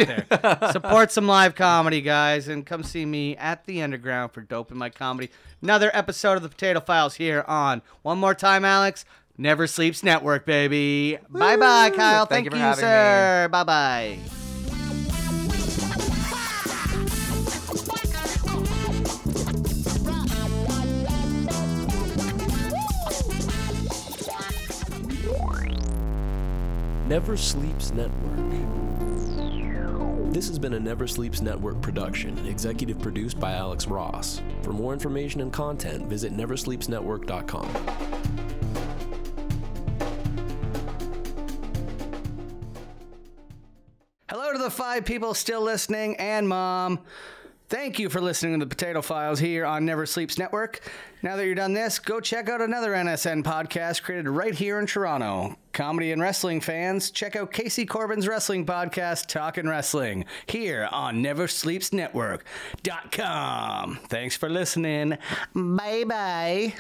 there. Support some live comedy, guys, and come see me at the Underground for Dope in My Comedy. Another episode of the Potato Files here on one more time, Alex. Never Sleeps Network, baby. Bye bye, Kyle. Thank,
Thank you for
you,
having me.
sir. Bye bye.
Never Sleeps Network. This has been a Never Sleeps Network production, executive produced by Alex Ross. For more information and content, visit neversleepsnetwork.com.
Hello to the five people still listening and mom. Thank you for listening to the Potato Files here on Never Sleeps Network. Now that you're done this, go check out another NSN podcast created right here in Toronto. Comedy and wrestling fans, check out Casey Corbin's wrestling podcast, Talkin' Wrestling, here on NeverSleepsNetwork.com. Thanks for listening. Bye bye.